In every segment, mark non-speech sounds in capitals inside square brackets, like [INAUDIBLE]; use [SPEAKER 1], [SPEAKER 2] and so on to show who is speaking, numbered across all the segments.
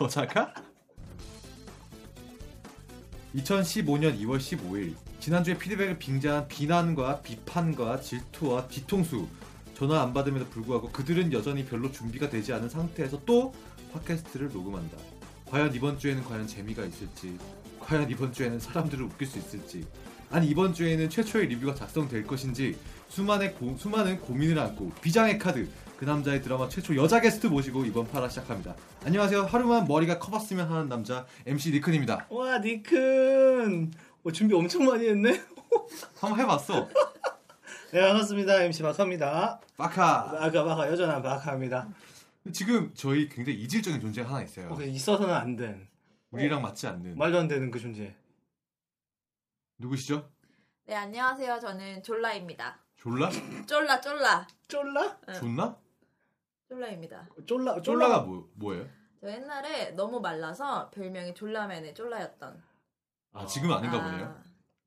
[SPEAKER 1] 여자가 2015년 2월 15일 지난주에 피드백을 빙자한 비난과 비판과 질투와 뒤통수 전화 안 받음에도 불구하고 그들은 여전히 별로 준비가 되지 않은 상태에서 또 팟캐스트를 녹음한다. 과연 이번 주에는 과연 재미가 있을지, 과연 이번 주에는 사람들을 웃길 수 있을지, 아니 이번 주에는 최초의 리뷰가 작성될 것인지 수많은, 고, 수많은 고민을 안고 비장의 카드 그 남자의 드라마 최초 여자 게스트 모시고 이번 파라 시작합니다. 안녕하세요. 하루만 머리가 커봤으면 하는 남자 MC 니큰입니다.
[SPEAKER 2] 와 니큰 어, 준비 엄청 많이 했네
[SPEAKER 1] 한번 [LAUGHS] 해봤어.
[SPEAKER 2] 네 반갑습니다 MC 마카입니다
[SPEAKER 1] 빠카.
[SPEAKER 2] 마카 마카 여전한 마카입니다
[SPEAKER 1] 지금 저희 굉장히 이질적인 존재가 하나
[SPEAKER 2] 어,
[SPEAKER 1] 있어요.
[SPEAKER 2] 그 있어서는 안 된
[SPEAKER 1] 우리랑 맞지 않는
[SPEAKER 2] 말도 안 되는 그 존재
[SPEAKER 1] 누구시죠?
[SPEAKER 3] 네, 안녕하세요. 저는 졸라입니다.
[SPEAKER 1] 졸라?
[SPEAKER 3] 쫄라, 쫄라.
[SPEAKER 2] 쫄라?
[SPEAKER 1] 존나?
[SPEAKER 3] 쫄라입니다.
[SPEAKER 2] 쫄라
[SPEAKER 1] 쫄라가 뭐 뭐예요?
[SPEAKER 3] 저 옛날에 너무 말라서 별명이 졸라맨의 쫄라였던.
[SPEAKER 1] 아 지금 아닌가
[SPEAKER 3] 아,
[SPEAKER 1] 보네요.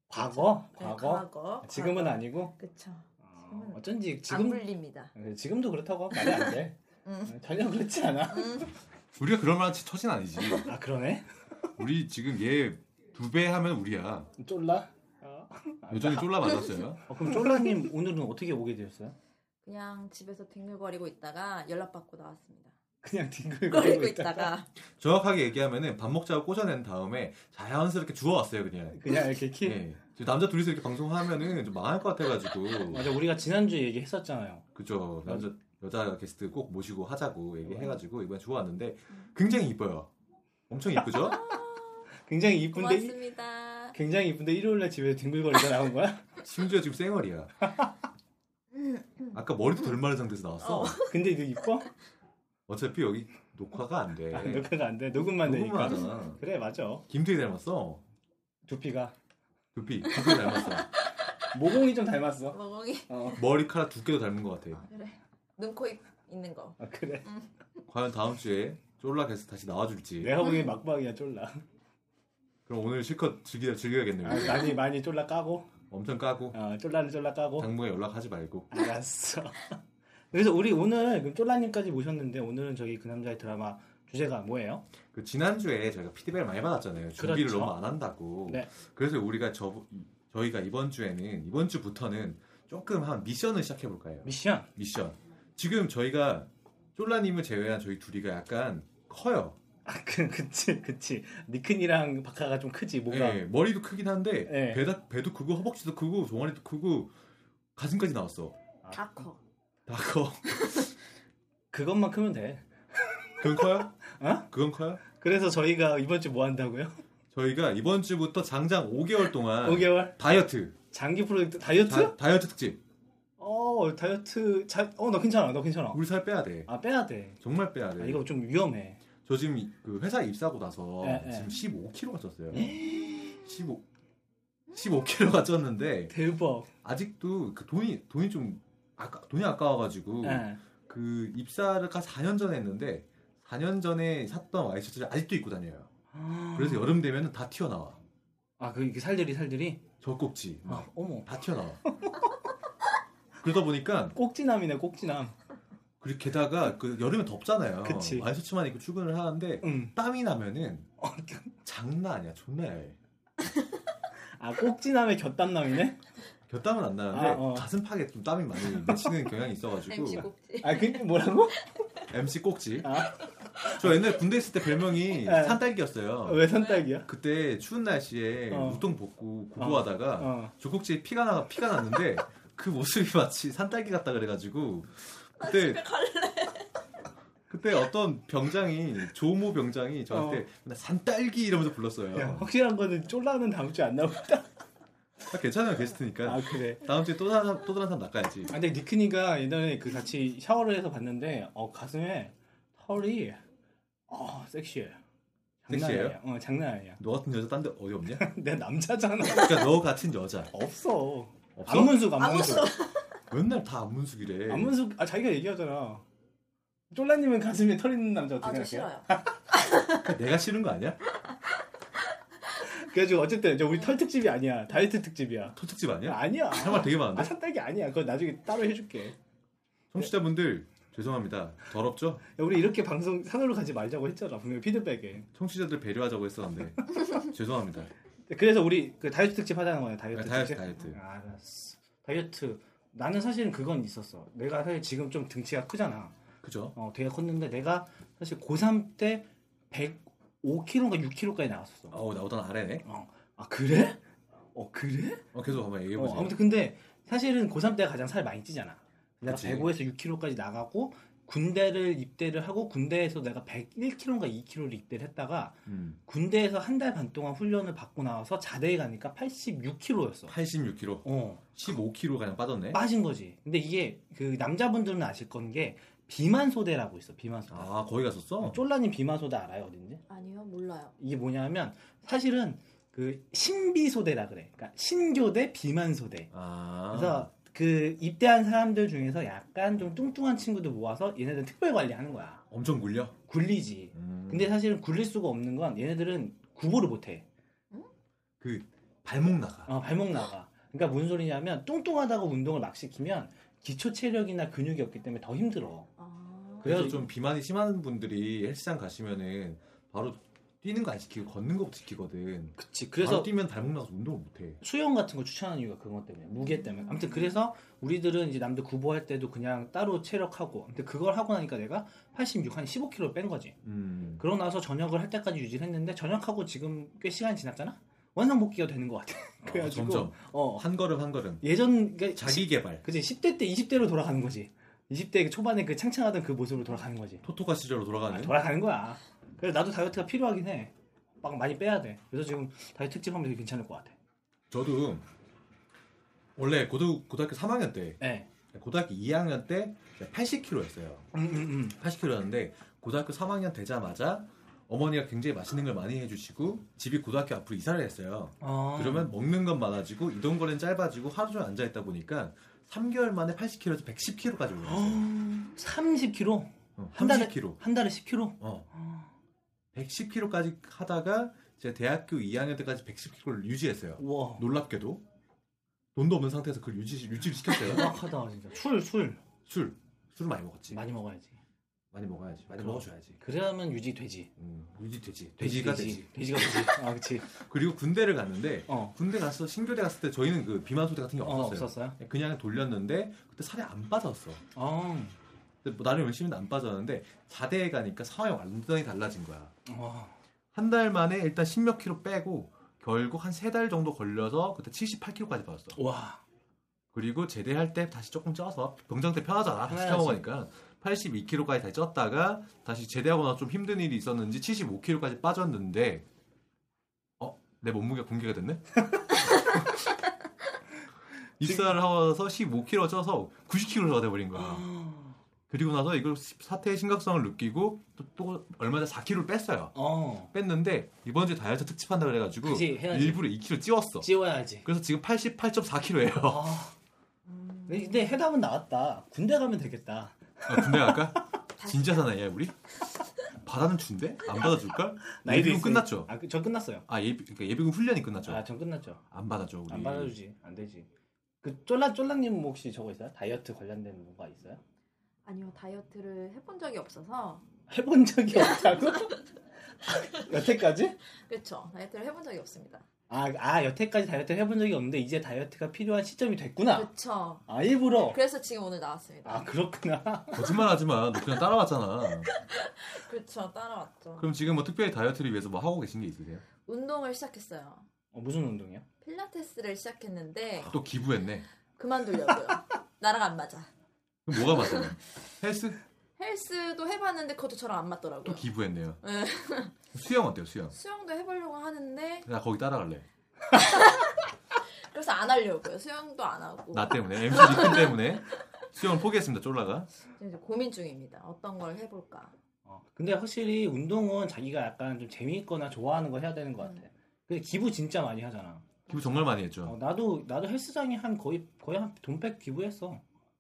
[SPEAKER 2] 과거?
[SPEAKER 3] 네,
[SPEAKER 2] 과거?
[SPEAKER 3] 과거.
[SPEAKER 2] 지금은
[SPEAKER 3] 과거.
[SPEAKER 2] 아니고
[SPEAKER 3] 그쵸.
[SPEAKER 2] 어, 어쩐지
[SPEAKER 3] 안
[SPEAKER 2] 지금
[SPEAKER 3] 불립니다.
[SPEAKER 2] 네, 지금도 그렇다고 하면 말이 안돼 네,
[SPEAKER 3] 음.
[SPEAKER 2] 전혀 그렇지 않아
[SPEAKER 3] 음,
[SPEAKER 1] 우리가 그럴 만한 처진 아니지.
[SPEAKER 2] 아 그러네
[SPEAKER 1] 우리 지금 얘 두 배 하면 우리야.
[SPEAKER 2] 쫄라? 어.
[SPEAKER 1] 여전히 쫄라 맞았어요.
[SPEAKER 2] 어, 그럼 쫄라님 오늘은 어떻게 오게 되었어요?
[SPEAKER 3] 그냥 집에서 뒹굴거리고 있다가 연락받고 나왔습니다.
[SPEAKER 2] 그냥 뒹굴거리고
[SPEAKER 3] 거리고
[SPEAKER 2] 있다
[SPEAKER 3] 있다가
[SPEAKER 1] [LAUGHS] 정확하게 얘기하면은 밥 먹자고 꽂아낸 다음에 자연스럽게 주워왔어요 그냥.
[SPEAKER 2] 그냥 이렇게 키
[SPEAKER 1] 예. 지금 남자 둘이서 이렇게 방송하면은 좀 망할 것 [LAUGHS] 같아가지고.
[SPEAKER 2] 맞아 우리가 지난주에 얘기했었잖아요
[SPEAKER 1] 그죠. 남자 여자 게스트 꼭 모시고 하자고 얘기해가지고 이번에 주워왔는데 굉장히 이뻐요. 엄청 이쁘죠? [LAUGHS]
[SPEAKER 2] 굉장히 이쁜데 이-
[SPEAKER 3] 고맙습니다.
[SPEAKER 2] 굉장히 이쁜데 일요일날 집에서 뒹굴거리다 나온 거야? [LAUGHS]
[SPEAKER 1] 심지어 지금 쌩얼이야. 아까 머리도 덜 마른 상태에서 나왔어.
[SPEAKER 3] 어.
[SPEAKER 2] 근데 이거 이뻐?
[SPEAKER 1] 어차피 여기 녹화가 안 돼.
[SPEAKER 2] 아, 녹화가 안 돼. 녹음만
[SPEAKER 1] 네. 녹음만
[SPEAKER 2] 되니까.
[SPEAKER 1] 하잖아.
[SPEAKER 2] 그래 맞아.
[SPEAKER 1] 김태희 닮았어.
[SPEAKER 2] 두피가
[SPEAKER 1] 두피, 두피 닮았어.
[SPEAKER 2] 모공이 좀 닮았어.
[SPEAKER 3] 모공이
[SPEAKER 2] 어
[SPEAKER 1] 머리카락 두께도 닮은 것 같아.
[SPEAKER 3] 그래. 눈코입 있는 거.
[SPEAKER 2] 아, 그래.
[SPEAKER 1] 과연 다음 주에 쫄라 게스트 다시 나와줄지.
[SPEAKER 2] 내가 보기엔 막박이야 쫄라.
[SPEAKER 1] 음. 그럼 오늘 실컷 즐겨, 즐겨야겠네요.
[SPEAKER 2] 아, 많이 많이 쫄라 까고.
[SPEAKER 1] 엄청 까고
[SPEAKER 2] 어, 쫄라를 쫄라 까고.
[SPEAKER 1] 당분간 연락하지 말고.
[SPEAKER 2] 알았어. [LAUGHS] 그래서 우리 오늘 그럼 쫄라님까지 모셨는데 오늘은 저기 그 남자의 드라마 주제가 뭐예요?
[SPEAKER 1] 그 지난주에 저희가 피드백을 많이 받았잖아요. 준비를
[SPEAKER 2] 그렇죠.
[SPEAKER 1] 너무 안 한다고.
[SPEAKER 2] 네.
[SPEAKER 1] 그래서 우리가 저, 저희가 이번 주에는, 이번 주부터는 조금 한 미션을 시작해볼 거예요.
[SPEAKER 2] 미션.
[SPEAKER 1] 미션. 지금 저희가 쫄라님을 제외한 저희 둘이가 약간 커요.
[SPEAKER 2] 아, 그, 그치, 그치. 니큰이랑 박하가 좀 크지, 뭐가.
[SPEAKER 1] 예, 머리도 크긴 한데
[SPEAKER 2] 예.
[SPEAKER 1] 배다, 배도 크고 허벅지도 크고 종아리도 크고 가슴까지 나왔어.
[SPEAKER 2] 아,
[SPEAKER 3] 다 커.
[SPEAKER 1] 다 커. [LAUGHS]
[SPEAKER 2] 그것만 크면 돼.
[SPEAKER 1] 그건 커요?
[SPEAKER 2] 어?
[SPEAKER 1] 그건 커요?
[SPEAKER 2] 그래서 저희가 이번 주 뭐 한다고요?
[SPEAKER 1] 저희가 이번 주부터 장장 5개월 동안
[SPEAKER 2] 5개월?
[SPEAKER 1] 다이어트
[SPEAKER 2] 장기 프로젝트 다이어트?
[SPEAKER 1] 아. 다, 이어트 특집.
[SPEAKER 2] 어 다이어트 잘 어 너 괜찮아 너 괜찮아
[SPEAKER 1] 우리 살 빼야 돼.
[SPEAKER 2] 아 빼야 돼
[SPEAKER 1] 정말 빼야 돼.
[SPEAKER 2] 아, 이거 좀 위험해
[SPEAKER 1] 저 지금 이- 그 회사에 입사하고 나서
[SPEAKER 2] 예, 예.
[SPEAKER 1] 지금 15kg가 쪘어요. 15 15kg가 쪘는데
[SPEAKER 2] 대박
[SPEAKER 1] 아직도 그 돈이 돈이 좀 아까 돈이 아까워가지고
[SPEAKER 2] 예.
[SPEAKER 1] 그 입사를 4년 전에 했는데 4년 전에 샀던 와이셔츠를 아직도 입고 다녀요.
[SPEAKER 2] 음.
[SPEAKER 1] 그래서 여름 되면 다 튀어나와.
[SPEAKER 2] 아그 이게 살들이 살들이
[SPEAKER 1] 젖꼭지 막
[SPEAKER 2] 아 어머
[SPEAKER 1] 다 튀어나와. 그러다 보니까
[SPEAKER 2] 꼭지남이네 꼭지남
[SPEAKER 1] 그리고 게다가 그 여름에 덥잖아요.
[SPEAKER 2] 그치.
[SPEAKER 1] 와이셔츠만 입고 출근을 하는데 땀이 나면은
[SPEAKER 2] 어, 응아
[SPEAKER 1] 장난 아니야. 존나 야해.
[SPEAKER 2] 아, 꼭지남의 곁담남이네
[SPEAKER 1] 곁땀은 안 나는데
[SPEAKER 2] 아, 어.
[SPEAKER 1] 가슴팍에 좀 땀이 많이 맺히는 경향이
[SPEAKER 3] [LAUGHS]
[SPEAKER 1] 있어가지고
[SPEAKER 3] MC 꼭지.
[SPEAKER 2] 아그 뭐라고
[SPEAKER 1] MC 꼭지.
[SPEAKER 2] 아.
[SPEAKER 1] 저 옛날 군대 있을 때 별명이
[SPEAKER 2] 네.
[SPEAKER 1] 산딸기였어요.
[SPEAKER 2] 왜 산딸기야
[SPEAKER 1] 그때 추운 날씨에
[SPEAKER 2] 어.
[SPEAKER 1] 우통 벗고 고고하다가
[SPEAKER 2] 어
[SPEAKER 1] 조국지에 피가 나 피가
[SPEAKER 2] [LAUGHS]
[SPEAKER 1] 났는데 그 모습이 마치 산딸기 같다 그래가지고 그때 그때 어떤 병장이 조모 병장이 저한테
[SPEAKER 2] 어.
[SPEAKER 1] 나 산딸기 이러면서
[SPEAKER 2] 야,
[SPEAKER 1] 불렀어요.
[SPEAKER 2] 확실한 거는 쫄라는 다음 주에 안 나오겠다
[SPEAKER 1] 아, 괜찮아요 게스트니까
[SPEAKER 2] 아 그래
[SPEAKER 1] 다음 주에 또 다른 사람, 또 다른 사람 낚아야지.
[SPEAKER 2] 아 근데 니크니가 예전에 그 같이 샤워를 해서 봤는데 어 가슴에 털이 어 섹시해 장난
[SPEAKER 1] 섹시해요?
[SPEAKER 2] 아니야. 어, 장난 아니야. [LAUGHS]
[SPEAKER 1] 너 같은 여자 딴 데 어디 없냐?
[SPEAKER 2] 내 남자잖아.
[SPEAKER 1] 그러니까 너 같은 여자
[SPEAKER 2] 없어.
[SPEAKER 1] 없어? 예.
[SPEAKER 2] 안문숙 안문숙.
[SPEAKER 3] 아무수
[SPEAKER 1] 맨날 다 안문숙이래.
[SPEAKER 2] 안문숙 아 자기가 얘기하잖아. 쫄라님은 가슴에 털 있는 남자 어떻게
[SPEAKER 3] 아저
[SPEAKER 2] 생각해요?
[SPEAKER 3] 싫어요.
[SPEAKER 1] 그러니까 내가 싫은 거 아니야?
[SPEAKER 2] 그래가지고 어쨌든 이제 우리 털 특집이 아니야. 다이어트 특집이야.
[SPEAKER 1] 토특집 아니야?
[SPEAKER 2] 아니야.
[SPEAKER 1] 할 말 되게
[SPEAKER 2] 아
[SPEAKER 1] 많은데?
[SPEAKER 2] 산딸기 아니야. 그거 나중에 따로 해줄게.
[SPEAKER 1] 청취자분들 죄송합니다. 더럽죠?
[SPEAKER 2] 야, 우리 이렇게 방송 산으로 가지 말자고 했잖아. 분명히 피드백에.
[SPEAKER 1] 청취자들 배려하자고 했었는데 죄송합니다.
[SPEAKER 2] 그래서 우리 그 다이어트 특집 하자는 거야. 다이어트
[SPEAKER 1] 아, 다이어트,
[SPEAKER 2] 특집.
[SPEAKER 1] 다이어트.
[SPEAKER 2] 아, 알았어. 다이어트. 나는 사실은 그건 있었어. 내가 사실 지금 좀 등치가 크잖아.
[SPEAKER 1] 그죠?
[SPEAKER 2] 어, 되게 컸는데 내가 사실 고3 때 105kg인가 6kg까지 나갔었어.
[SPEAKER 1] 어우 나보다 아래네.
[SPEAKER 2] 아 그래? 어 그래?
[SPEAKER 1] 어 계속 한번 얘기해
[SPEAKER 2] 어,
[SPEAKER 1] 보세요.
[SPEAKER 2] 아무튼 근데 사실은 고3 때가 가장 살 많이 찌잖아. 내가
[SPEAKER 1] 그치.
[SPEAKER 2] 105에서 6kg까지 나가고 군대를 입대를 하고 군대에서 내가 101kg인가 2kg를 입대를 했다가
[SPEAKER 1] 음,
[SPEAKER 2] 군대에서 한 달 반 동안 훈련을 받고 나와서 자대에 가니까 86kg였어.
[SPEAKER 1] 86kg,
[SPEAKER 2] 어
[SPEAKER 1] 15kg 가량 빠졌네.
[SPEAKER 2] 빠진 거지. 근데 이게 그 남자분들은 아실 건 게 비만 소대라고 있어. 비만 소대.
[SPEAKER 1] 아 거기 갔었어?
[SPEAKER 2] 쫄라님 비만 소대 알아요 어딘지?
[SPEAKER 3] 아니요 몰라요.
[SPEAKER 2] 이게 뭐냐면 사실은 그 신비소대라 그래. 그러니까 신교대 비만소대.
[SPEAKER 1] 아
[SPEAKER 2] 그래서 그 입대한 사람들 중에서 약간 좀 뚱뚱한 친구들 모아서 얘네들 특별 관리하는 거야.
[SPEAKER 1] 엄청 굴려.
[SPEAKER 2] 굴리지.
[SPEAKER 1] 음,
[SPEAKER 2] 근데 사실은 굴릴 수가 없는 건 얘네들은 구보를 못 해.
[SPEAKER 1] 그 발목 나가.
[SPEAKER 2] 어, 발목 나가. 그러니까 무슨 소리냐면 뚱뚱하다고 운동을 막 시키면 기초 체력이나 근육이 없기 때문에 더 힘들어.
[SPEAKER 3] 아,
[SPEAKER 2] 그래?
[SPEAKER 1] 그래서 좀 비만이 심한 분들이 헬스장 가시면은 바로 뛰는 거 안 시키고 걷는 거부터 시키거든.
[SPEAKER 2] 그치.
[SPEAKER 1] 바로
[SPEAKER 2] 그래서
[SPEAKER 1] 뛰면 발목 나서 운동을 못해.
[SPEAKER 2] 수영 같은 거 추천하는 이유가 그것 때문에 무게 때문에 아무튼 그래서 우리들은 이제 남들 구보할 때도 그냥 따로 체력하고 근데 그걸 하고 나니까 내가 86 한 15kg 뺀 거지
[SPEAKER 1] 음.
[SPEAKER 2] 그러고 나서 저녁을 할 때까지 유지를 했는데 저녁하고 지금 꽤 시간이 지났잖아 원상 복귀가 되는 것 같아 [LAUGHS]
[SPEAKER 1] 아,
[SPEAKER 2] 그래가지고
[SPEAKER 1] 점점
[SPEAKER 2] 어
[SPEAKER 1] 한 걸음 한 걸음
[SPEAKER 2] 예전 그
[SPEAKER 1] 자기 개발.
[SPEAKER 2] 그지 10대 때 20대로 돌아가는 거지 20대 초반에 그 창창하던 그 모습으로 돌아가는 거지
[SPEAKER 1] 토토가 시절로 돌아가는.
[SPEAKER 2] 아, 돌아가는 거야 그래서 나도 다이어트가 필요하긴 해막 많이 빼야 돼 그래서 지금 다이어트 특집하면 되게 괜찮을 것 같아
[SPEAKER 1] 저도 원래 고등 고등학교 3학년 때
[SPEAKER 2] 네.
[SPEAKER 1] 고등학교 2학년 때 80kg였어요.
[SPEAKER 2] 음, 음, 음.
[SPEAKER 1] 80kg였는데 고등학교 3학년 되자마자 어머니가 굉장히 맛있는 걸 많이 해주시고 집이 고등학교 앞으로 이사를 했어요.
[SPEAKER 2] 어. [GASPS]
[SPEAKER 1] 그러면 먹는 건 많아지고 이동 거리는 짧아지고 하루 종일 앉아 있다 보니까 3개월 만에 80kg에서 110kg까지 올랐어요.
[SPEAKER 2] 30kg?
[SPEAKER 1] 어,
[SPEAKER 2] 아. 한 달에-
[SPEAKER 1] 30kg.
[SPEAKER 2] 한 달에 10kg?
[SPEAKER 1] 어, 110kg까지 하다가 제가 대학교 2학년 때까지 110kg를 유지했어요.
[SPEAKER 2] [GASPS] 우와.
[SPEAKER 1] 놀랍게도 돈도 없는 상태에서 그걸 유지 유지를 시켰어요. [LAUGHS]
[SPEAKER 2] 정확하다, 진짜. 술, 술.
[SPEAKER 1] 술 술을 많이 먹었지.
[SPEAKER 2] 많이 먹어야지.
[SPEAKER 1] 많이 먹어야지. 많이
[SPEAKER 2] 그럼.
[SPEAKER 1] 먹어줘야지.
[SPEAKER 2] 그래야만 유지되지.
[SPEAKER 1] 음, 유지되지.
[SPEAKER 2] 돼지,
[SPEAKER 1] 돼지가
[SPEAKER 2] 돼지.
[SPEAKER 1] 되지.
[SPEAKER 2] 돼지가 되지. 아, 그치.
[SPEAKER 1] 그리고 군대를 갔는데
[SPEAKER 2] 어.
[SPEAKER 1] 군대 가서 신교대 갔을 때 저희는 그 비만 소대 같은 게
[SPEAKER 2] 어,
[SPEAKER 1] 없었어요.
[SPEAKER 2] 없었어요?
[SPEAKER 1] 그냥 돌렸는데 그때 살이 안 빠졌어.
[SPEAKER 2] 어.
[SPEAKER 1] 근데 뭐 나름 열심히 안 빠졌는데 자대에 가니까 상황이 완전히 달라진 거야.
[SPEAKER 2] 어.
[SPEAKER 1] 한 달 만에 일단 10몇 킬로 빼고 결국 한 세 달 정도 걸려서 그때 78킬로까지 빠졌어.
[SPEAKER 2] 와.
[SPEAKER 1] 그리고 제대할 때 다시 조금 쪄서 병장 때 편하잖아. 다시
[SPEAKER 2] 편하지.
[SPEAKER 1] 쪄먹으니까 82kg까지 다시 쪘다가 다시 제대하고 나서 좀 힘든 일이 있었는지 75kg까지 빠졌는데 어? 내 몸무게가 공개가
[SPEAKER 2] [LAUGHS]
[SPEAKER 1] 됐네? 입사를 하고서 15kg 쪄서 90kg가 돼버린 거야. 그리고 나서 이걸 시- 사태의 심각성을 느끼고 또, 또 얼마 전에 4kg를 뺐어요.
[SPEAKER 2] 어.
[SPEAKER 1] 뺐는데 이번 주에 다이어트 특집한다 그래가지고
[SPEAKER 2] 그치, 해야지.
[SPEAKER 1] 일부러 2kg 찌웠어.
[SPEAKER 2] 찌워야지.
[SPEAKER 1] 그래서 지금 88.4kg예요.
[SPEAKER 2] 아. 근데 해답은 나왔다. 군대 가면 되겠다.
[SPEAKER 1] 아, 군대 갈까? 진짜 사나이야 우리? 받아는 준대? 안 받아줄까?
[SPEAKER 2] 나이도
[SPEAKER 1] 예비군
[SPEAKER 2] 있으니-
[SPEAKER 1] 끝났죠?
[SPEAKER 2] 아, 그, 저 끝났어요.
[SPEAKER 1] 아 예비, 그러니까 예비군 훈련이 끝났죠?
[SPEAKER 2] 아, 전 끝났죠.
[SPEAKER 1] 안 받아줘 우리
[SPEAKER 2] 안 받아주지. 안 되지. 그 쫄라 쫄라님 혹시 저거 있어요? 다이어트 관련된 뭔가 있어요?
[SPEAKER 3] 아니요 다이어트를 해본 적이 없어서
[SPEAKER 2] 해본 적이 없다고? [LAUGHS] 여태까지?
[SPEAKER 3] 그렇죠 다이어트를 해본 적이 없습니다.
[SPEAKER 2] 아, 아, 여태까지 다이어트를 해본 적이 없는데 이제 다이어트가 필요한 시점이 됐구나.
[SPEAKER 3] 그렇죠.
[SPEAKER 2] 아, 일부러.
[SPEAKER 3] 그래서 지금 오늘 나왔습니다.
[SPEAKER 2] 아, 그렇구나.
[SPEAKER 1] 거짓말하지마 너 그냥 따라왔잖아
[SPEAKER 3] 그렇죠 따라왔죠.
[SPEAKER 1] 그럼 지금 뭐 특별히 다이어트를 위해서 뭐 하고 계신 게 있으세요?
[SPEAKER 3] 운동을 시작했어요.
[SPEAKER 2] 어, 무슨 운동이야?
[SPEAKER 3] 필라테스를 시작했는데
[SPEAKER 1] 또 기부했네
[SPEAKER 2] [LAUGHS]
[SPEAKER 3] 그만두려고요. 나랑 안 맞아.
[SPEAKER 1] 그럼 뭐가 맞아요? 헬스?
[SPEAKER 3] 헬스도 해봤는데 그것도 저랑 안
[SPEAKER 1] 또
[SPEAKER 2] 음.
[SPEAKER 3] 맞더라고요.
[SPEAKER 1] 기부했네요
[SPEAKER 3] 네.
[SPEAKER 1] 수영 어때요 수영?
[SPEAKER 3] 수영도 해보려고 하는데
[SPEAKER 1] 나 거기 따라갈래
[SPEAKER 3] 그래서 안 하려고요. 수영도 안 하고
[SPEAKER 1] 나 때문에 MC 니큰 때문에 수영을 포기했습니다 쫄라가
[SPEAKER 3] 지금 이제 고민 중입니다. 어떤 걸 해볼까.
[SPEAKER 2] 아, 어. 근데 확실히 운동은 자기가 약간 좀 재미있거나 좋아하는 거 해야 되는 것 같아. 근데 기부 진짜 많이 하잖아.
[SPEAKER 1] 기부 정말 많이
[SPEAKER 2] 어,
[SPEAKER 1] 했죠.
[SPEAKER 2] 나도 나도 헬스장이 한 거의 거의 한 돈백 기부했어.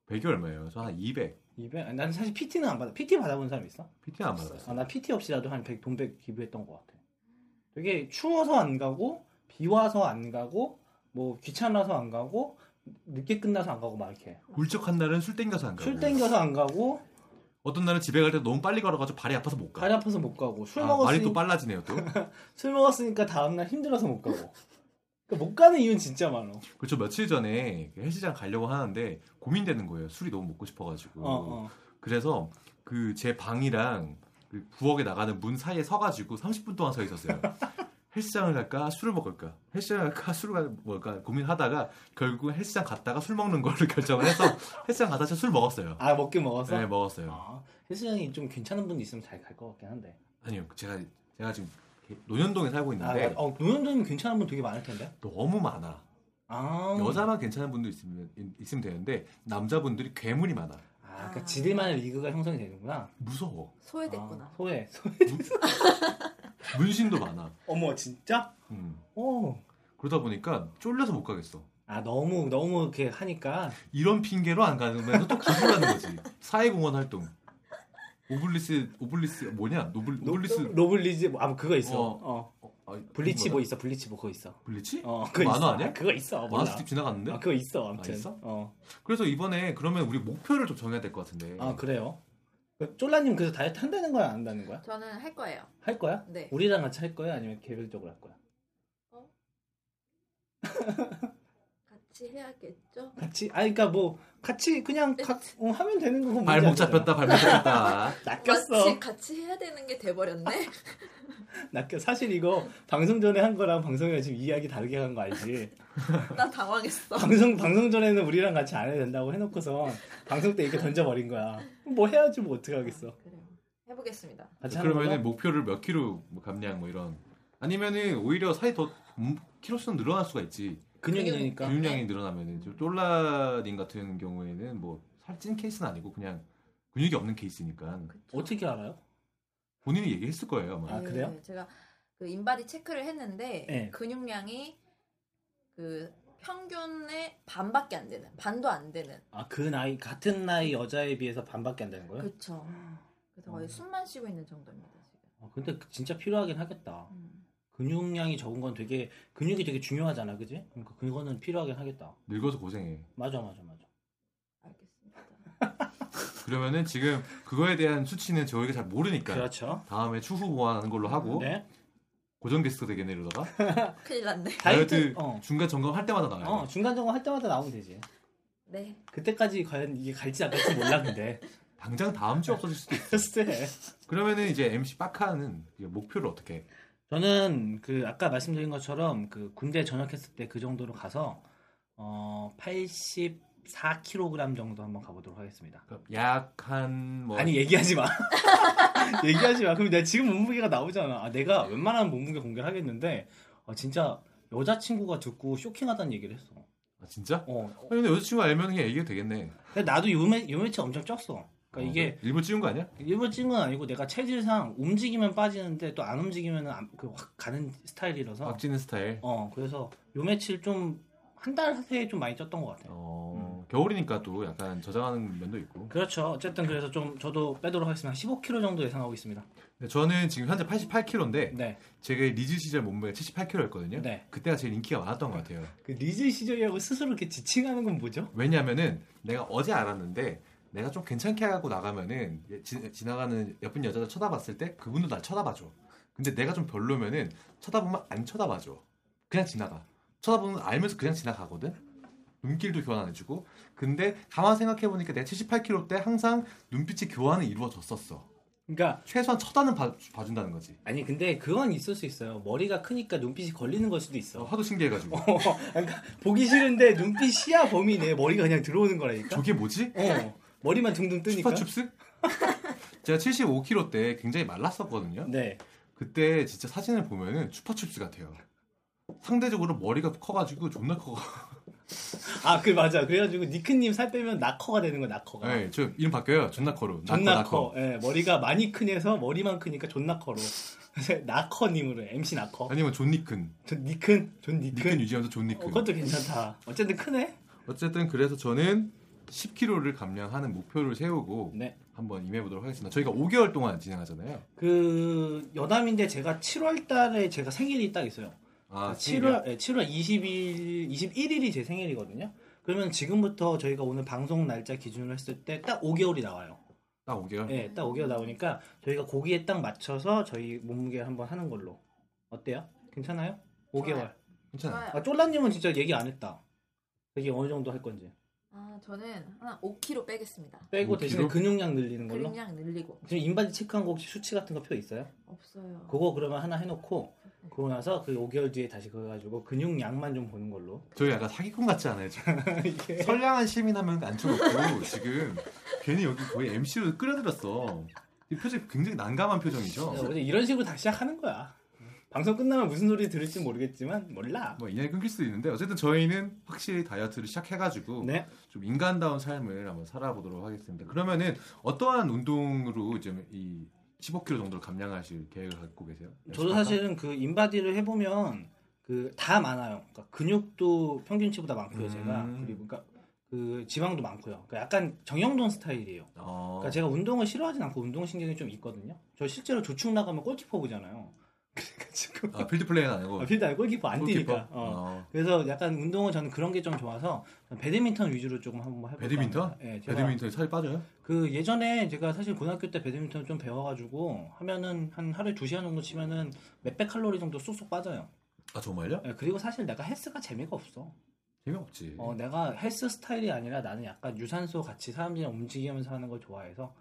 [SPEAKER 1] 100이 얼마예요? 저 한 200.
[SPEAKER 2] 200. 아니, 나는 사실 PT는 안 받아. PT 받아본 사람 있어?
[SPEAKER 1] PT 안 받았어요.
[SPEAKER 2] 아, 나 PT 없이 나도 한 100, 돈백 기부했던 것 같아. 되게 추워서 안 가고 비 와서 안 가고 뭐 귀찮아서 안 가고 늦게 끝나서 안 가고 막 이렇게
[SPEAKER 1] 울적한 날은 술 땡겨서 안 가고.
[SPEAKER 2] 술 땡겨서 안 가고
[SPEAKER 1] 음. 어떤 날은 집에 갈 때 너무 빨리 걸어가지고 발이 아파서 못 가.
[SPEAKER 2] 가리 아파서 못 가고 술
[SPEAKER 1] 아, 말이
[SPEAKER 2] 먹었으니
[SPEAKER 1] 또 빨라지네요 또.
[SPEAKER 2] 술 먹었으니까 다음 날 힘들어서 못 가고 그러니까 못 가는 이유는 진짜 많아.
[SPEAKER 1] 그렇죠. 며칠 전에 헬스장 가려고 하는데 고민되는 거예요. 술이 너무 먹고 싶어가지고.
[SPEAKER 2] 어, 어.
[SPEAKER 1] 그래서 그 제 방이랑 그 부엌에 나가는 문 사이에 서가지고 30분 동안 서 있었어요. [LAUGHS] 헬스장을 갈까 술을 먹을까 헬스장을 갈까 술을 먹을까 고민하다가 결국 헬스장 갔다가 술 먹는 거를 [LAUGHS] 결정을 해서 헬스장 가다 술 먹었어요.
[SPEAKER 2] 아 먹긴 먹었어.
[SPEAKER 1] 네 먹었어요.
[SPEAKER 2] 아, 헬스장이 좀 괜찮은 분이 있으면 잘 갈 것 같긴 한데.
[SPEAKER 1] 아니요 제가 제가 지금 노현동에 살고
[SPEAKER 2] 아,
[SPEAKER 1] 있는데
[SPEAKER 2] 맞아. 어, 노현동이면 괜찮은 분 되게 많을 텐데.
[SPEAKER 1] 너무 많아.
[SPEAKER 2] 아.
[SPEAKER 1] 여자만 괜찮은 분도 있으면 있으면 되는데 남자분들이 괴물이 많아.
[SPEAKER 2] 아, 그러니까 지들만의 리그가 형성이 되는구나.
[SPEAKER 1] 무서워.
[SPEAKER 3] 소외됐구나.
[SPEAKER 2] 아, 소외. 소외.
[SPEAKER 1] 문신도 많아.
[SPEAKER 2] 어머, 진짜?
[SPEAKER 1] 음.
[SPEAKER 2] 오.
[SPEAKER 1] 그러다 보니까 쫄려서 못 가겠어.
[SPEAKER 2] 어. 아, 너무, 너무 이렇게 하니까.
[SPEAKER 1] 이런 핑계로 안 가면서 또 기부를 하는 거지. 사회공헌 활동. 오블리스 오블리스 뭐냐? 노블
[SPEAKER 2] 노-
[SPEAKER 1] 오블리스
[SPEAKER 2] 로블리즈, 뭐, 아, 그거 있어.
[SPEAKER 1] 어.
[SPEAKER 2] 어.
[SPEAKER 1] 아,
[SPEAKER 2] 블리치 뭐
[SPEAKER 1] 뭐야?
[SPEAKER 2] 있어, 블리치 뭐 그거 있어.
[SPEAKER 1] 블리치?
[SPEAKER 2] 어, 그거
[SPEAKER 1] 만화
[SPEAKER 2] 있어.
[SPEAKER 1] 아니야?
[SPEAKER 2] 아, 그거 있어. 몰라.
[SPEAKER 1] 만화스틱 지나갔는데.
[SPEAKER 2] 아, 그거 있어, 아무튼.
[SPEAKER 1] 아, 있어?
[SPEAKER 2] 어.
[SPEAKER 1] 그래서 이번에 그러면 우리 목표를 좀 정해야 될 것 같은데.
[SPEAKER 2] 아, 그래요? 그 쫄라님 그래서 다이어트 한다는 거야, 안 한다는 거야?
[SPEAKER 3] 저는 할 거예요.
[SPEAKER 2] 할 거야?
[SPEAKER 3] 네.
[SPEAKER 2] 우리랑 같이 할 거야? 아니면 개별적으로 할 거야?
[SPEAKER 3] 같이 해야겠죠?
[SPEAKER 2] 같이? 아, 그러니까 뭐, 같이 그냥 각, 어, 하면 되는 거고. 문제
[SPEAKER 1] 발목
[SPEAKER 2] 아니잖아.
[SPEAKER 1] 잡혔다 발목 잡혔다.
[SPEAKER 2] 낚였어.
[SPEAKER 3] 마치 같이 해야 되는 게 돼버렸네.
[SPEAKER 2] 낚여. 사실 이거 방송 전에 한 거랑 방송이랑 지금 이야기 다르게 한 거 알지? [LAUGHS] 아.
[SPEAKER 3] 나 당황했어.
[SPEAKER 2] 방송 방송 전에는 우리랑 같이 안 해도 된다고 해놓고서 방송 때 이렇게 던져버린 거야. 뭐 해야지 뭐 어떻게 하겠어.
[SPEAKER 3] 그래요. 해보겠습니다.
[SPEAKER 2] 같이 하는
[SPEAKER 1] 그러면은
[SPEAKER 2] 거죠?
[SPEAKER 1] 목표를 몇 킬로 뭐 감량 뭐 이런. 아니면은 오히려 살이 더 음, 킬로수는 늘어날 수가 있지.
[SPEAKER 2] 근육이니까.
[SPEAKER 3] 근육-
[SPEAKER 1] 근육량이 늘어나면은 좀 쫄라님 같은 경우에는 뭐 살찐 케이스는 아니고 그냥 근육이 없는 케이스니까
[SPEAKER 3] 그쵸?
[SPEAKER 2] 어떻게 알아요?
[SPEAKER 1] 본인이 얘기했을 거예요 아마.
[SPEAKER 2] 아, 그래요?
[SPEAKER 3] 네, 제가 그 인바디 체크를 했는데
[SPEAKER 2] 네.
[SPEAKER 3] 근육량이 그 평균의 반밖에 안 되는 반도 안 되는
[SPEAKER 2] 아 그 나이 같은 나이 여자에 비해서 반밖에 안 되는 거예요?
[SPEAKER 3] 그렇죠. 그래서 거의
[SPEAKER 2] 어? 음.
[SPEAKER 3] 숨만 쉬고 있는 정도입니다 지금.
[SPEAKER 2] 어, 근데 진짜 필요하긴 하겠다.
[SPEAKER 3] 음.
[SPEAKER 2] 근육량이 적은 건 되게 근육이 되게 중요하잖아, 그지? 그러니까 그거는 필요하긴 하겠다.
[SPEAKER 1] 늙어서 고생해.
[SPEAKER 2] 맞아, 맞아, 맞아.
[SPEAKER 3] 알겠습니다.
[SPEAKER 1] 그러면은 지금 그거에 대한 수치는 저희가 잘 모르니까 뭐?
[SPEAKER 2] 그렇죠.
[SPEAKER 1] 다음에 추후 보완하는 걸로 하고
[SPEAKER 2] 네.
[SPEAKER 1] 고정 게스트 되겠네 이러다가
[SPEAKER 3] 큰일 났네.
[SPEAKER 1] 다이어트
[SPEAKER 2] [LAUGHS] 다이어트. 어.
[SPEAKER 1] 중간 점검 할 때마다 나와요.
[SPEAKER 2] 어 중간 점검 할 때마다 나오면 되지.
[SPEAKER 3] 네.
[SPEAKER 2] 그때까지 과연 이게 갈지 안 갈지
[SPEAKER 1] [LAUGHS]
[SPEAKER 2] 몰라 근데.
[SPEAKER 1] 당장 다음 주 없어질 수도 있어.
[SPEAKER 2] 글쎄.
[SPEAKER 1] 그러면은 이제 MC 빡카는 이제 목표를 어떻게? 해?
[SPEAKER 2] 저는 그 아까 말씀드린 것처럼 그 군대 전역했을 때 그 정도로 가서 어 84kg 정도 한번 가보도록 하겠습니다.
[SPEAKER 1] 그러니까 약한 뭐
[SPEAKER 2] 어. 아니 얘기하지 마. [LAUGHS] 얘기하지 마. 그럼 내가 지금 몸무게가 나오잖아. 아, 내가 웬만하면 몸무게 공개를 하겠는데 아, 진짜 여자친구가 듣고 쇼킹하다는 얘기를 했어.
[SPEAKER 1] 아, 진짜?
[SPEAKER 2] 어.
[SPEAKER 1] 아니 근데 여자친구 알면 그냥 얘기해도 되겠네.
[SPEAKER 2] 근데 나도 요매 요매치 엄청 쪘어.
[SPEAKER 1] 어,
[SPEAKER 2] 그러니까 이게
[SPEAKER 1] 일부 찍은 거 아니야?
[SPEAKER 2] 일부러 찐 건 아니고 내가 체질상 움직이면 빠지는데 또 안 움직이면 은 그확 가는 스타일이라서
[SPEAKER 1] 박지는 스타일.
[SPEAKER 2] 어 그래서 요 며칠 좀 한 달 사이에 좀 많이 쪘던 것 같아요.
[SPEAKER 1] 어,
[SPEAKER 2] 음.
[SPEAKER 1] 겨울이니까 또 약간 저장하는 면도 있고.
[SPEAKER 2] 그렇죠. 어쨌든 그래서 좀 저도 빼도록 하겠습니다. 한 15kg 정도 예상하고 있습니다.
[SPEAKER 1] 근데 저는 지금 현재 88kg인데
[SPEAKER 2] 네.
[SPEAKER 1] 제가 리즈 시절 몸무게 78kg였거든요.
[SPEAKER 2] 네.
[SPEAKER 1] 그때가 제일 인기가 많았던 것 같아요.
[SPEAKER 2] 그 리즈 시절이라고 스스로 이렇게 지칭하는 건 뭐죠?
[SPEAKER 1] 왜냐면은 내가 어제 알았는데 내가 좀 괜찮게 하고 나가면은 예, 지, 지나가는 예쁜 여자들 쳐다봤을 때 그분도 날 쳐다봐줘. 근데 내가 좀 별로면은 쳐다보면 안 쳐다봐줘. 그냥 지나가. 쳐다보면 알면서 그냥 지나가거든. 눈길도 교환 안 해주고. 근데 가만 생각해보니까 내가 78kg 때 항상 눈빛의 교환은 이루어졌었어.
[SPEAKER 2] 그러니까
[SPEAKER 1] 최소한 쳐다는 봐, 준다는 거지.
[SPEAKER 2] 아니 근데 그건 있을 수 있어요. 머리가 크니까 눈빛이 걸리는 걸 수도
[SPEAKER 1] 어,
[SPEAKER 2] 있어.
[SPEAKER 1] 화도 신기해가지고.
[SPEAKER 2] 그러니까 보기 싫은데 눈빛 시야 범위 내 머리가 그냥 들어오는 거라니까.
[SPEAKER 1] 저게 뭐지?
[SPEAKER 2] 어. 머리만 둥둥 뜨니까.
[SPEAKER 1] 슈파춥스? [LAUGHS] 제가 75kg 때 굉장히 말랐었거든요.
[SPEAKER 2] 네.
[SPEAKER 1] 그때 진짜 사진을 보면은 슈파춥스 같아요. 상대적으로 머리가 커가지고 존나 커.
[SPEAKER 2] 아, 그 맞아. 그래가지고 니크님 살 빼면 나커가 되는 거야, 나커가.
[SPEAKER 1] 네, 저 이름 바뀌어요. 존나커로.
[SPEAKER 2] 아. 존나 커. 예, 머리가 많이 큰 해서 머리만 크니까 존나 커로. 그래서 나커님으로 해, MC 나커.
[SPEAKER 1] 아니면 존니큰.
[SPEAKER 2] 존 니큰, 존
[SPEAKER 1] 니큰
[SPEAKER 2] 니큰.
[SPEAKER 1] 유지하면서
[SPEAKER 2] 어,
[SPEAKER 1] 존니큰.
[SPEAKER 2] 그것도 괜찮다. 어쨌든 크네.
[SPEAKER 1] 어쨌든 그래서 저는 10kg를 감량하는 목표를 세우고
[SPEAKER 2] 네.
[SPEAKER 1] 한번 임해보도록 하겠습니다. 저희가 5개월 동안 진행하잖아요.
[SPEAKER 2] 그 여담인데 제가 7월 달에 제가 생일이 딱 있어요.
[SPEAKER 1] 아,
[SPEAKER 2] 7월 예, 7월 20일 21일이 제 생일이거든요. 그러면 지금부터 저희가 오늘 방송 날짜 기준으로 했을 때 딱 5개월이 나와요.
[SPEAKER 1] 딱 5개월.
[SPEAKER 2] 예, 딱 5개월 나오니까 저희가 고기에 딱 맞춰서 저희 몸무게를 한번 하는 걸로. 어때요? 괜찮아요? 5개월.
[SPEAKER 1] 괜찮아요.
[SPEAKER 2] 아, 쫄라님은 진짜 얘기 안 했다. 되게 어느 정도 할 건지.
[SPEAKER 3] 아, 저는 한 5kg 빼겠습니다.
[SPEAKER 2] 빼고
[SPEAKER 1] 5kg?
[SPEAKER 2] 대신에 근육량 늘리는 걸로.
[SPEAKER 3] 근량 늘리고
[SPEAKER 2] 지금 인바디 체크한 거 혹시 수치 같은 거 표 있어요?
[SPEAKER 3] 없어요.
[SPEAKER 2] 그거 그러면 하나 해놓고 그러고 나서 그 5개월 뒤에 다시 그거 가지고 근육량만 좀 보는 걸로.
[SPEAKER 1] 저희 약간 사기꾼 같지 않아요? 지금?
[SPEAKER 2] [LAUGHS] 이게
[SPEAKER 1] 선량한 시민하면 안 죽었고 지금 괜히 여기 거의 MC로 끌어들였어. 이 표정 굉장히 난감한 표정이죠.
[SPEAKER 2] 근데 어, 이런 식으로 다시 시작하는 거야. 방송 끝나면 무슨 소리 들을지 모르겠지만 몰라.
[SPEAKER 1] 뭐 인연이 끊길 수도 있는데 어쨌든 저희는 확실히 다이어트를 시작해가지고
[SPEAKER 2] 네.
[SPEAKER 1] 좀 인간다운 삶을 한번 살아보도록 하겠습니다. 그러면은 어떠한 운동으로 이제 이 15kg 정도를 감량하실 계획을 갖고 계세요?
[SPEAKER 2] 저도 사실은 그 인바디를 해보면 그 다 많아요. 그러니까 근육도 평균치보다 많고요, 제가
[SPEAKER 1] 음.
[SPEAKER 2] 그리고 그러니까 그 지방도 많고요. 그러니까 약간 정영돈 스타일이에요.
[SPEAKER 1] 어...
[SPEAKER 2] 그러니까 제가 운동을 싫어하진 않고 운동 신경이 좀 있거든요. 저 실제로 조축 나가면 골키퍼 보잖아요. [LAUGHS] 그러니까 지금
[SPEAKER 1] 아, 필드 플레이는 아니고
[SPEAKER 2] 아, 필드 아니 골키퍼 안
[SPEAKER 1] 골키퍼?
[SPEAKER 2] 뛰니까. 어.
[SPEAKER 1] 어.
[SPEAKER 2] 그래서 약간 운동은 저는 그런 게 좀 좋아서 배드민턴 위주로 조금 한번 해볼까
[SPEAKER 1] 배드민턴?
[SPEAKER 2] 합니다. 예, 제가
[SPEAKER 1] 배드민턴에 살이 빠져요?
[SPEAKER 2] 그 예전에 제가 사실 고등학교 때 배드민턴 좀 배워가지고 하면은 한 하루에 두 시간 정도 치면은 몇백 칼로리 정도 쏙쏙 빠져요.
[SPEAKER 1] 아 정말요?
[SPEAKER 2] 예, 그리고 사실 내가 헬스가 재미가 없어.
[SPEAKER 1] 재미없지.
[SPEAKER 2] 어, 내가 헬스 스타일이 아니라 나는 약간 유산소 같이 사람들이랑 움직이면서 하는 걸 좋아해서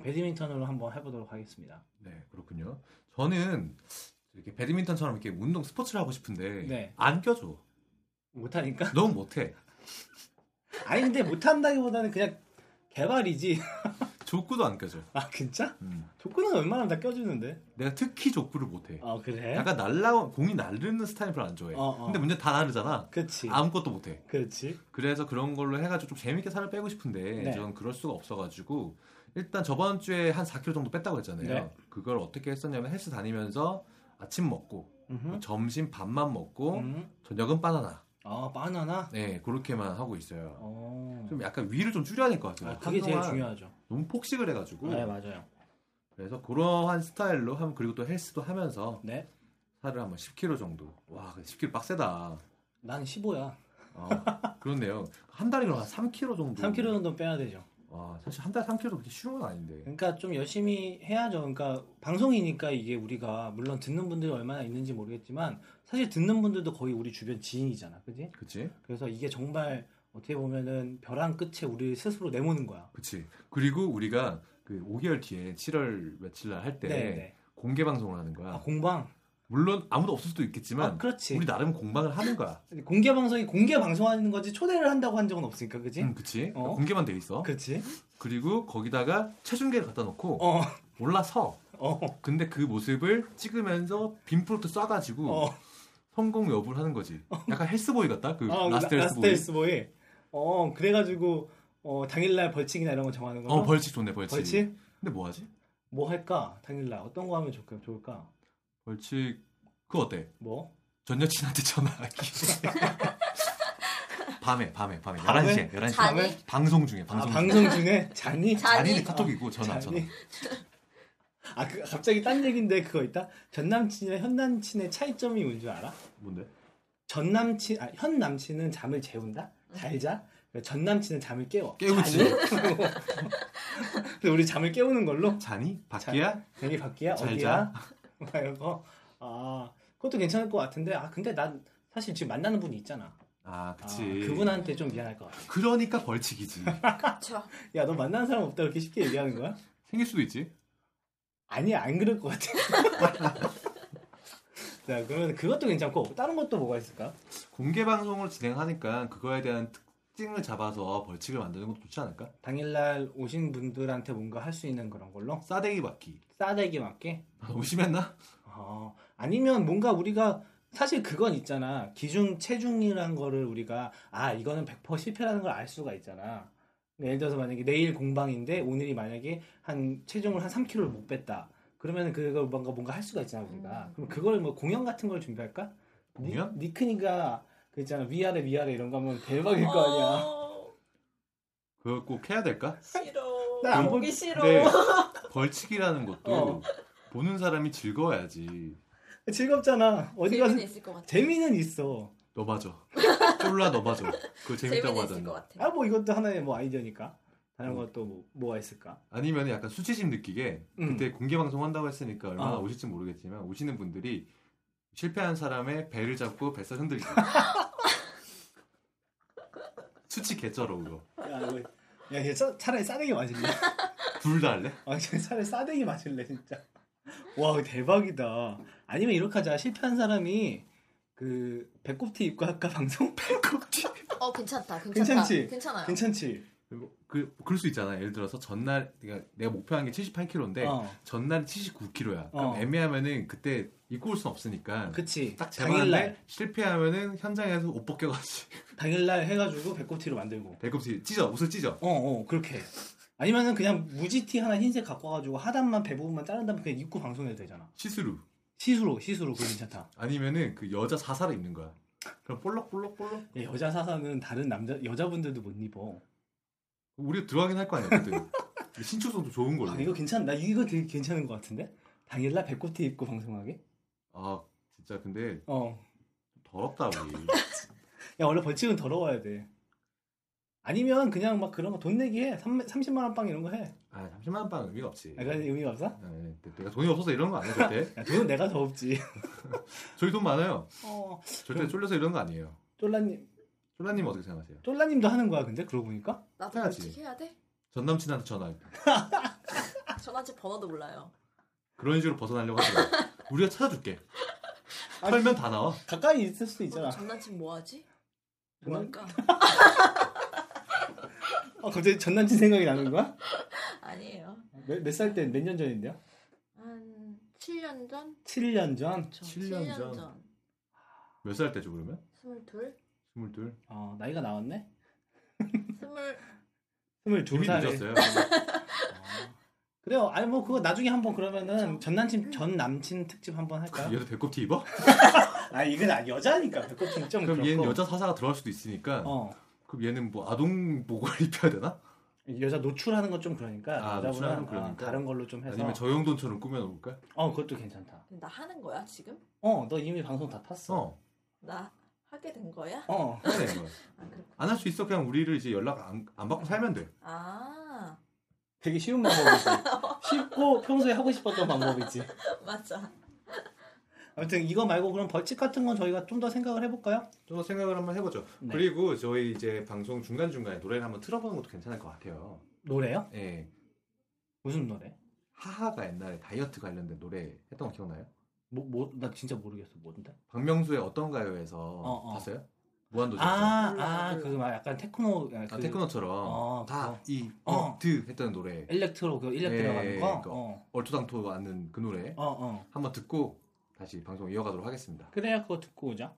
[SPEAKER 2] 배드민턴으로 한번 해보도록 하겠습니다.
[SPEAKER 1] 네 그렇군요. 저는 이렇게 배드민턴처럼 이렇게 운동 스포츠를 하고 싶은데
[SPEAKER 2] 네.
[SPEAKER 1] 안 껴줘.
[SPEAKER 2] 못하니까? [LAUGHS]
[SPEAKER 1] 너무 못해.
[SPEAKER 2] 아니 근데 못한다기보다는 그냥 개발이지. [LAUGHS]
[SPEAKER 1] 족구도 안 껴줘.
[SPEAKER 2] 아 진짜?
[SPEAKER 1] 음.
[SPEAKER 2] 족구는 웬만하면 다 껴주는데.
[SPEAKER 1] 내가 특히 족구를 못해.
[SPEAKER 2] 어 그래?
[SPEAKER 1] 약간 날라 공이 날르는 스타일 별로 안 좋아해.
[SPEAKER 2] 어, 어.
[SPEAKER 1] 근데 문제 다 나르잖아.
[SPEAKER 2] 그렇지.
[SPEAKER 1] 아무것도 못해.
[SPEAKER 2] 그렇지.
[SPEAKER 1] 그래서 그런 걸로 해가지고 좀 재밌게 살을 빼고 싶은데
[SPEAKER 2] 네.
[SPEAKER 1] 저는 그럴 수가 없어가지고 일단 저번 주에 한 4kg 정도 뺐다고 했잖아요.
[SPEAKER 2] 네.
[SPEAKER 1] 그걸 어떻게 했었냐면 헬스 다니면서 아침 먹고
[SPEAKER 2] 음흠.
[SPEAKER 1] 점심 밥만 먹고
[SPEAKER 2] 음.
[SPEAKER 1] 저녁은 바나나.
[SPEAKER 2] 아 바나나.
[SPEAKER 1] 네 그렇게만 하고 있어요.
[SPEAKER 2] 어.
[SPEAKER 1] 좀 약간 위를 좀 줄여야 될 것 같아요.
[SPEAKER 2] 아, 그게 제일
[SPEAKER 1] 한동안
[SPEAKER 2] 중요하죠.
[SPEAKER 1] 너무 폭식을 해가지고
[SPEAKER 2] 네 맞아요.
[SPEAKER 1] 그래서 그러한 스타일로 하면 그리고 또 헬스도 하면서
[SPEAKER 2] 네.
[SPEAKER 1] 살을 한번 10kg 정도. 와 10kg 빡세다.
[SPEAKER 2] 난 15야.
[SPEAKER 1] 어, 그렇네요. 한 달에 그럼 한 3kg 정도.
[SPEAKER 2] 3kg 정도 빼야 되죠.
[SPEAKER 1] 와 사실 한 달에 3kg 그렇게 쉬운 건 아닌데.
[SPEAKER 2] 그러니까 좀 열심히 해야죠. 그러니까 방송이니까 이게 우리가 물론 듣는 분들이 얼마나 있는지 모르겠지만 사실 듣는 분들도 거의 우리 주변 지인이잖아. 그지?
[SPEAKER 1] 그치?
[SPEAKER 2] 그래서 이게 정말 어떻게 보면은 벼랑 끝에 우리 스스로 내모는 거야.
[SPEAKER 1] 그치. 그리고 우리가 그 5개월 뒤에 7월 며칠 날 할 때
[SPEAKER 2] 네.
[SPEAKER 1] 공개 방송을 하는 거야.
[SPEAKER 2] 아, 공방.
[SPEAKER 1] 물론 아무도 없을 수도
[SPEAKER 2] 아,
[SPEAKER 1] 있겠지만
[SPEAKER 2] 그렇지.
[SPEAKER 1] 우리 나름 공방을 하는 거야.
[SPEAKER 2] 공개 방송이 공개 방송하는 거지 초대를 한다고 한 적은 없으니까 그지?
[SPEAKER 1] 음, 그치?
[SPEAKER 2] 어.
[SPEAKER 1] 공개만 돼 있어.
[SPEAKER 2] 그렇지.
[SPEAKER 1] 그... 리고 거기다가 체중계를 갖다 놓고
[SPEAKER 2] 어,
[SPEAKER 1] 올라서
[SPEAKER 2] 어,
[SPEAKER 1] 근데 그 모습을 찍으면서 빔프로트 쏴가지고
[SPEAKER 2] 어.
[SPEAKER 1] 성공 여부를 하는 거지. 약간 헬스보이 같다? 그
[SPEAKER 2] 어,
[SPEAKER 1] 라스트 헬스보이.
[SPEAKER 2] 라- 라스트 헬스보이. 어, 그래가지고 어, 당일날 벌칙이나 이런 거 정하는 거죠?
[SPEAKER 1] 어, 벌칙 좋네, 벌칙.
[SPEAKER 2] 벌칙?
[SPEAKER 1] 근데 뭐 하지?
[SPEAKER 2] 뭐 할까? 당일날 어떤 거 하면 좋을까? 좋을까?
[SPEAKER 1] 벌칙, 그거 어때?
[SPEAKER 2] 뭐?
[SPEAKER 1] 전 여친한테 전화하기. 밤에, 밤에, 밤에.
[SPEAKER 2] 밤에?
[SPEAKER 1] 11시에, 11시에.
[SPEAKER 3] 자니?
[SPEAKER 1] 방송 중에, 방송
[SPEAKER 2] 아,
[SPEAKER 1] 중에.
[SPEAKER 2] 방송 중에 자니?
[SPEAKER 3] 자-
[SPEAKER 1] 잔인이 어.
[SPEAKER 3] 아니.
[SPEAKER 1] 카톡이고 전화, 전화.
[SPEAKER 2] 자니? 아, 그, 갑자기 딴 얘기인데 그거 있다? 전 남친이랑 현 남친의 차이점이 뭔 줄 알아?
[SPEAKER 1] 뭔데?
[SPEAKER 2] 전 남친, 아, 현 남친은 잠을 재운다? 잘 자? 그러니까 전 남친은 잠을 깨워.
[SPEAKER 1] 깨우지.
[SPEAKER 2] 자니? [LAUGHS] 그래서 우리 잠을 깨우는 걸로?
[SPEAKER 1] 잔이? 바뀌야?
[SPEAKER 2] 여기 밖이야?
[SPEAKER 1] 잘
[SPEAKER 2] 어디야? [LAUGHS] 막 이거. 아, 그것도 괜찮을 것 같은데. 아, 근데 난 사실 지금 만나는 분이 있잖아.
[SPEAKER 1] 아,
[SPEAKER 2] 아,
[SPEAKER 1] 그치.
[SPEAKER 2] 그분한테 좀 미안할 것 같아.
[SPEAKER 1] 그러니까 벌칙이지.
[SPEAKER 3] 그렇죠.
[SPEAKER 2] 야, 너 만나는 사람 없다 그렇게 쉽게 얘기하는 거야?
[SPEAKER 1] 생길 수도 있지.
[SPEAKER 2] 아니, 안 그럴 것 같아. [LAUGHS] 자, 그러면 그것도 괜찮고 다른 것도 뭐가 있을까?
[SPEAKER 1] 공개 방송으로 진행하니까 그거에 대한 특징을 잡아서 벌칙을 만드는 것도 좋지 않을까?
[SPEAKER 2] 당일날 오신 분들한테 뭔가 할 수 있는 그런 걸로
[SPEAKER 1] 싸대기 [LAUGHS] 받기.
[SPEAKER 2] 싸대기 맞게.
[SPEAKER 1] 너무 심했나?
[SPEAKER 2] 어, 아니면 뭔가 우리가 사실 그건 있잖아. 기준 체중이란 거를 우리가 아 이거는 100% 실패라는 걸 알 수가 있잖아. 예를 들어서 만약에 내일 공방인데 오늘이 만약에 한 체중을 한 3kg를 못 뺐다. 그러면 그걸 뭔가 뭔가 할 수가 있잖아 우리가.
[SPEAKER 3] 음.
[SPEAKER 2] 그럼 그걸 뭐 공연 같은 걸 준비할까? 니-
[SPEAKER 1] 공연?
[SPEAKER 2] 니크니가 그 있잖아 위아래 위아래 이런 거 하면 대박일 거 아니야.
[SPEAKER 3] 어,
[SPEAKER 1] 그걸 꼭 해야 될까?
[SPEAKER 3] 싫어.
[SPEAKER 2] 나안 볼-
[SPEAKER 3] 보기 싫어.
[SPEAKER 1] 근데 벌칙이라는 것도
[SPEAKER 2] 어.
[SPEAKER 1] 보는 사람이 즐거워야지.
[SPEAKER 2] [LAUGHS] 즐겁잖아. 어디 가서
[SPEAKER 3] 재미는 있을 것 같아.
[SPEAKER 2] 재미는 있어.
[SPEAKER 1] 너 맞아. 쫄라 너 맞아. 그거 재밌다고
[SPEAKER 3] 재미는 있을
[SPEAKER 1] 하잖아.
[SPEAKER 3] 것 같아.
[SPEAKER 2] 아 뭐 이것도 하나의 뭐 아이디어니까. 다른
[SPEAKER 1] 음.
[SPEAKER 2] 것도 뭐 뭐가 있을까?
[SPEAKER 1] 아니면 약간 수치심 느끼게
[SPEAKER 2] 음.
[SPEAKER 1] 그때 공개 방송 한다고 했으니까 얼마나
[SPEAKER 2] 어.
[SPEAKER 1] 오실지 모르겠지만 오시는 분들이 실패한 사람의 배를 잡고 뱃살 흔들기. [LAUGHS] 수치 개쩔어 그거.
[SPEAKER 2] 야, 이거, 야, 이거 차- 차라리 싸대기 맞을래?
[SPEAKER 1] 둘 다 할래?
[SPEAKER 2] 아, 진짜 차라리 싸대기 맞을래, 진짜. 와, 대박이다. 아니면 이렇게 하자. 실패한 사람이 그 배꼽티 입고 할까, 방송? [LAUGHS] 배꼽티?
[SPEAKER 3] 어 괜찮다. 괜찮다.
[SPEAKER 2] 괜찮지?
[SPEAKER 3] 괜찮아요.
[SPEAKER 2] 괜찮지?
[SPEAKER 1] 그리고 그 그럴 수 있잖아. 예를 들어서 전날 그러니까 내가 목표한 게 78kg인데
[SPEAKER 2] 어,
[SPEAKER 1] 전날 79kg야.
[SPEAKER 2] 어.
[SPEAKER 1] 애매하면은 그때 입고 올 순 없으니까.
[SPEAKER 2] 그치.
[SPEAKER 1] 딱
[SPEAKER 2] 당일날,
[SPEAKER 1] 제발날 실패하면은 현장에서 옷 벗겨가지고 [LAUGHS]
[SPEAKER 2] 당일날 해가지고 배꼽티로 만들고.
[SPEAKER 1] 배꼽치 찢어 옷을 찢어.
[SPEAKER 2] 어, 어, 그렇게. 아니면은 그냥 무지티 하나 흰색 갖고 와가지고 하단만 배 부분만 자른 다음에 그냥 입고 방송해도 되잖아.
[SPEAKER 1] 시스루.
[SPEAKER 2] 시수로, 시수로, 그거 괜찮다.
[SPEAKER 1] 아니면은 그 여자 사사를 입는 거야. 그럼 볼록볼록볼록.
[SPEAKER 2] 야, 여자 사사는 다른 남자, 여자분들도 못 입어.
[SPEAKER 1] 우리가 들어가긴 할 거 아니야 그때. 신축성도 좋은 걸로.
[SPEAKER 2] 아, 이거 괜찮나? 이거 되게 괜찮은 것 같은데? 당일날 배꼽티 입고 방송하게?
[SPEAKER 1] 아 진짜 근데
[SPEAKER 2] 어.
[SPEAKER 1] 더럽다 우리.
[SPEAKER 2] 야, 원래 벌칙은 더러워야 돼. 아니면 그냥 막 그런 거 돈 내기 해. 3, 30만원 빵 이런 거 해.
[SPEAKER 1] 아 30만 원빵 의미가 없지.
[SPEAKER 2] 아, 그건 의미가 없어?
[SPEAKER 1] 아, 네. 내가 돈이 없어서 이런 거 아니야 절대.
[SPEAKER 2] 야, 돈은 내가 더 없지. [LAUGHS]
[SPEAKER 1] 저희 돈 많아요.
[SPEAKER 2] 어.
[SPEAKER 1] 절대 쫄려서 이런 거 아니에요.
[SPEAKER 2] 쫄라님,
[SPEAKER 1] 쫄라님 어떻게 생각하세요?
[SPEAKER 2] 쫄라님도 하는 거야, 근데? 그러고 보니까?
[SPEAKER 3] 나도
[SPEAKER 1] 해야지.
[SPEAKER 3] 어떻게 해야 돼?
[SPEAKER 1] 전 남친한테 전화할 때.
[SPEAKER 3] 전 아직 번호도 몰라요.
[SPEAKER 1] 그런 식으로 벗어나려고 하지 마. 우리가 찾아줄게.
[SPEAKER 2] 아,
[SPEAKER 1] 털면 다 나와.
[SPEAKER 2] 가까이 있을 수도
[SPEAKER 3] 어,
[SPEAKER 2] 있잖아.
[SPEAKER 3] 전남친 뭐하지?
[SPEAKER 2] 전남-
[SPEAKER 3] 뭘까? [LAUGHS]
[SPEAKER 2] 어, 갑자기 전남친 생각이 나는 거야?
[SPEAKER 3] 아니에요.
[SPEAKER 2] 몇, 몇 살 때, 몇 년 전인데요?
[SPEAKER 3] 한 7년 전?
[SPEAKER 2] 7년 전?
[SPEAKER 3] 저
[SPEAKER 1] 칠
[SPEAKER 3] 7년,
[SPEAKER 1] 년
[SPEAKER 3] 전.
[SPEAKER 1] 전. 몇 살 때죠 그러면?
[SPEAKER 3] 22?
[SPEAKER 1] 스물둘.
[SPEAKER 2] 어, 나이가 나왔네?
[SPEAKER 3] 20
[SPEAKER 1] 둘이
[SPEAKER 2] 22살에.
[SPEAKER 1] 늦었어요.
[SPEAKER 2] 그래요. 아니, 뭐, 그거 나중에 한번 그러면은
[SPEAKER 3] 그렇죠.
[SPEAKER 2] 전남친, 전 남친 특집 한번 할까요?
[SPEAKER 1] 얘도 배꼽티 입어?
[SPEAKER 2] 아, 이건 아, 여자니까. 배꼽티는 좀.
[SPEAKER 1] 그럼
[SPEAKER 2] 그렇고.
[SPEAKER 1] 얘는 여자 사사가 들어갈 수도 있으니까
[SPEAKER 2] 어.
[SPEAKER 1] 그럼 얘는 뭐 아동 보고를 [LAUGHS] 입혀야 되나?
[SPEAKER 2] 여자 노출하는 건 좀 그러니까
[SPEAKER 1] 아,
[SPEAKER 2] 여자분은
[SPEAKER 1] 노출하는 건
[SPEAKER 2] 아,
[SPEAKER 1] 그러니까.
[SPEAKER 2] 다른 걸로 좀 해서
[SPEAKER 1] 아니면 저용돈처럼 꾸며놓을까?
[SPEAKER 2] 어 그것도 괜찮다
[SPEAKER 3] 나 하는 거야 지금?
[SPEAKER 2] 어 너 이미 방송 다 탔어
[SPEAKER 1] 어, 뭐.
[SPEAKER 3] 나 하게 된 거야?
[SPEAKER 2] 어
[SPEAKER 3] 아, 그렇구나.
[SPEAKER 1] 안할 수 있어 그냥 우리를 이제 연락 안, 안 받고 살면 돼.
[SPEAKER 3] 아 [LAUGHS]
[SPEAKER 2] 되게 쉬운 방법이지 쉽고 평소에 하고 싶었던 방법이지
[SPEAKER 3] 맞아.
[SPEAKER 2] 아무튼 이거 말고 그럼 벌칙 같은 건 저희가 좀 더 생각을 해볼까요?
[SPEAKER 1] 좀 더 생각을 한번 해보죠.
[SPEAKER 2] 네.
[SPEAKER 1] 그리고 저희 이제 방송 중간 중간에 노래를 한번 틀어보는 것도 괜찮을 것 같아요.
[SPEAKER 2] 노래요?
[SPEAKER 1] 예,
[SPEAKER 2] 무슨 노래?
[SPEAKER 1] 하하가 옛날에 다이어트 관련된 노래 했던 거 기억나요?
[SPEAKER 2] 뭐 뭐 나 진짜 모르겠어 뭔데?
[SPEAKER 1] 박명수의 어떤 가요에서
[SPEAKER 2] 어.
[SPEAKER 1] 봤어요? 무한도전.
[SPEAKER 2] 아아 그거 막 약간 테크노 아, 그
[SPEAKER 1] 아, 테크노처럼
[SPEAKER 2] 어, 그거. 어.
[SPEAKER 1] 다이어트 했던 노래.
[SPEAKER 2] 일렉트로 그 일렉
[SPEAKER 1] 예,
[SPEAKER 2] 들어가는 거?
[SPEAKER 1] 그거.
[SPEAKER 2] 어어
[SPEAKER 1] 얼토당토 않는 그 노래.
[SPEAKER 2] 어, 어.
[SPEAKER 1] 한번 듣고 다시 방송 이어가도록 하겠습니다.
[SPEAKER 2] 그래야 그거 듣고 오자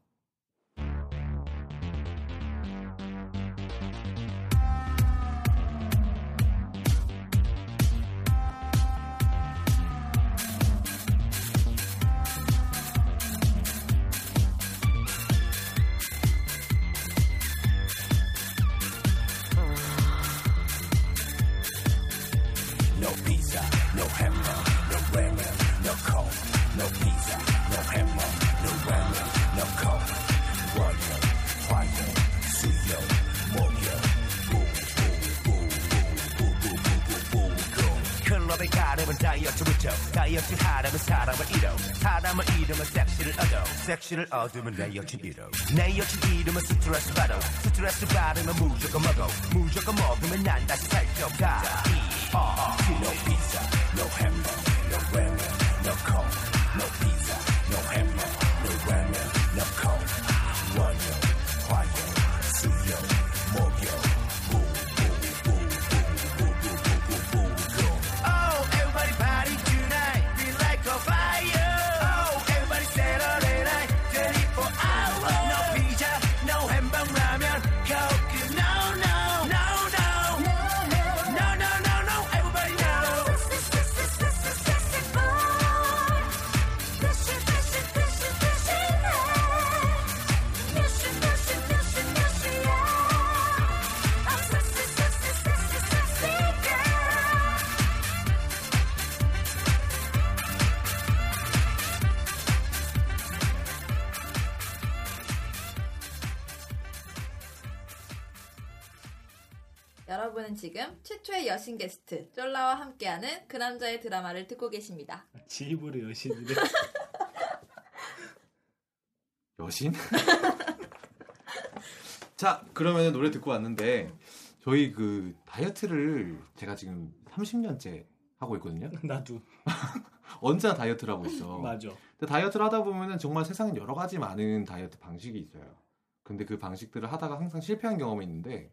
[SPEAKER 4] 클럽에 가려면 다이어트를 쳐 다이어트 하려면 사람을 잃어 사람을 잃으면 섹시를 얻어 섹시를 얻으면 다이어트 잃어 다이어트 잃으면 스트레스 받아 스트레스 받으면 무조건 먹어 무조건 먹으면 난 다시 살쪄가 No pizza, no hamburger, no ramen, no coke. No pizza, no hamburger, no ramen, no coke. 원요, 화요, 수요, 목요, Oh, everybody party tonight. We like a fire. Oh, everybody Saturday night. Dirty
[SPEAKER 3] 여러분은 지금 최초의 여신 게스트 쫄라와 함께하는 그 남자의 드라마를 듣고 계십니다.
[SPEAKER 2] 지브르 여신이래.
[SPEAKER 1] 여신? [LAUGHS] 자, 그러면 노래 듣고 왔는데 저희 그 다이어트를 제가 지금 30년째 하고 있거든요.
[SPEAKER 2] [LAUGHS] 나도
[SPEAKER 1] 언제나 다이어트를 하고 있어.
[SPEAKER 2] 맞아.
[SPEAKER 1] 근데 다이어트를 하다 보면은 정말 세상에 여러 가지 많은 다이어트 방식이 있어요. 근데 그 방식들을 하다가 항상 실패한 경험이 있는데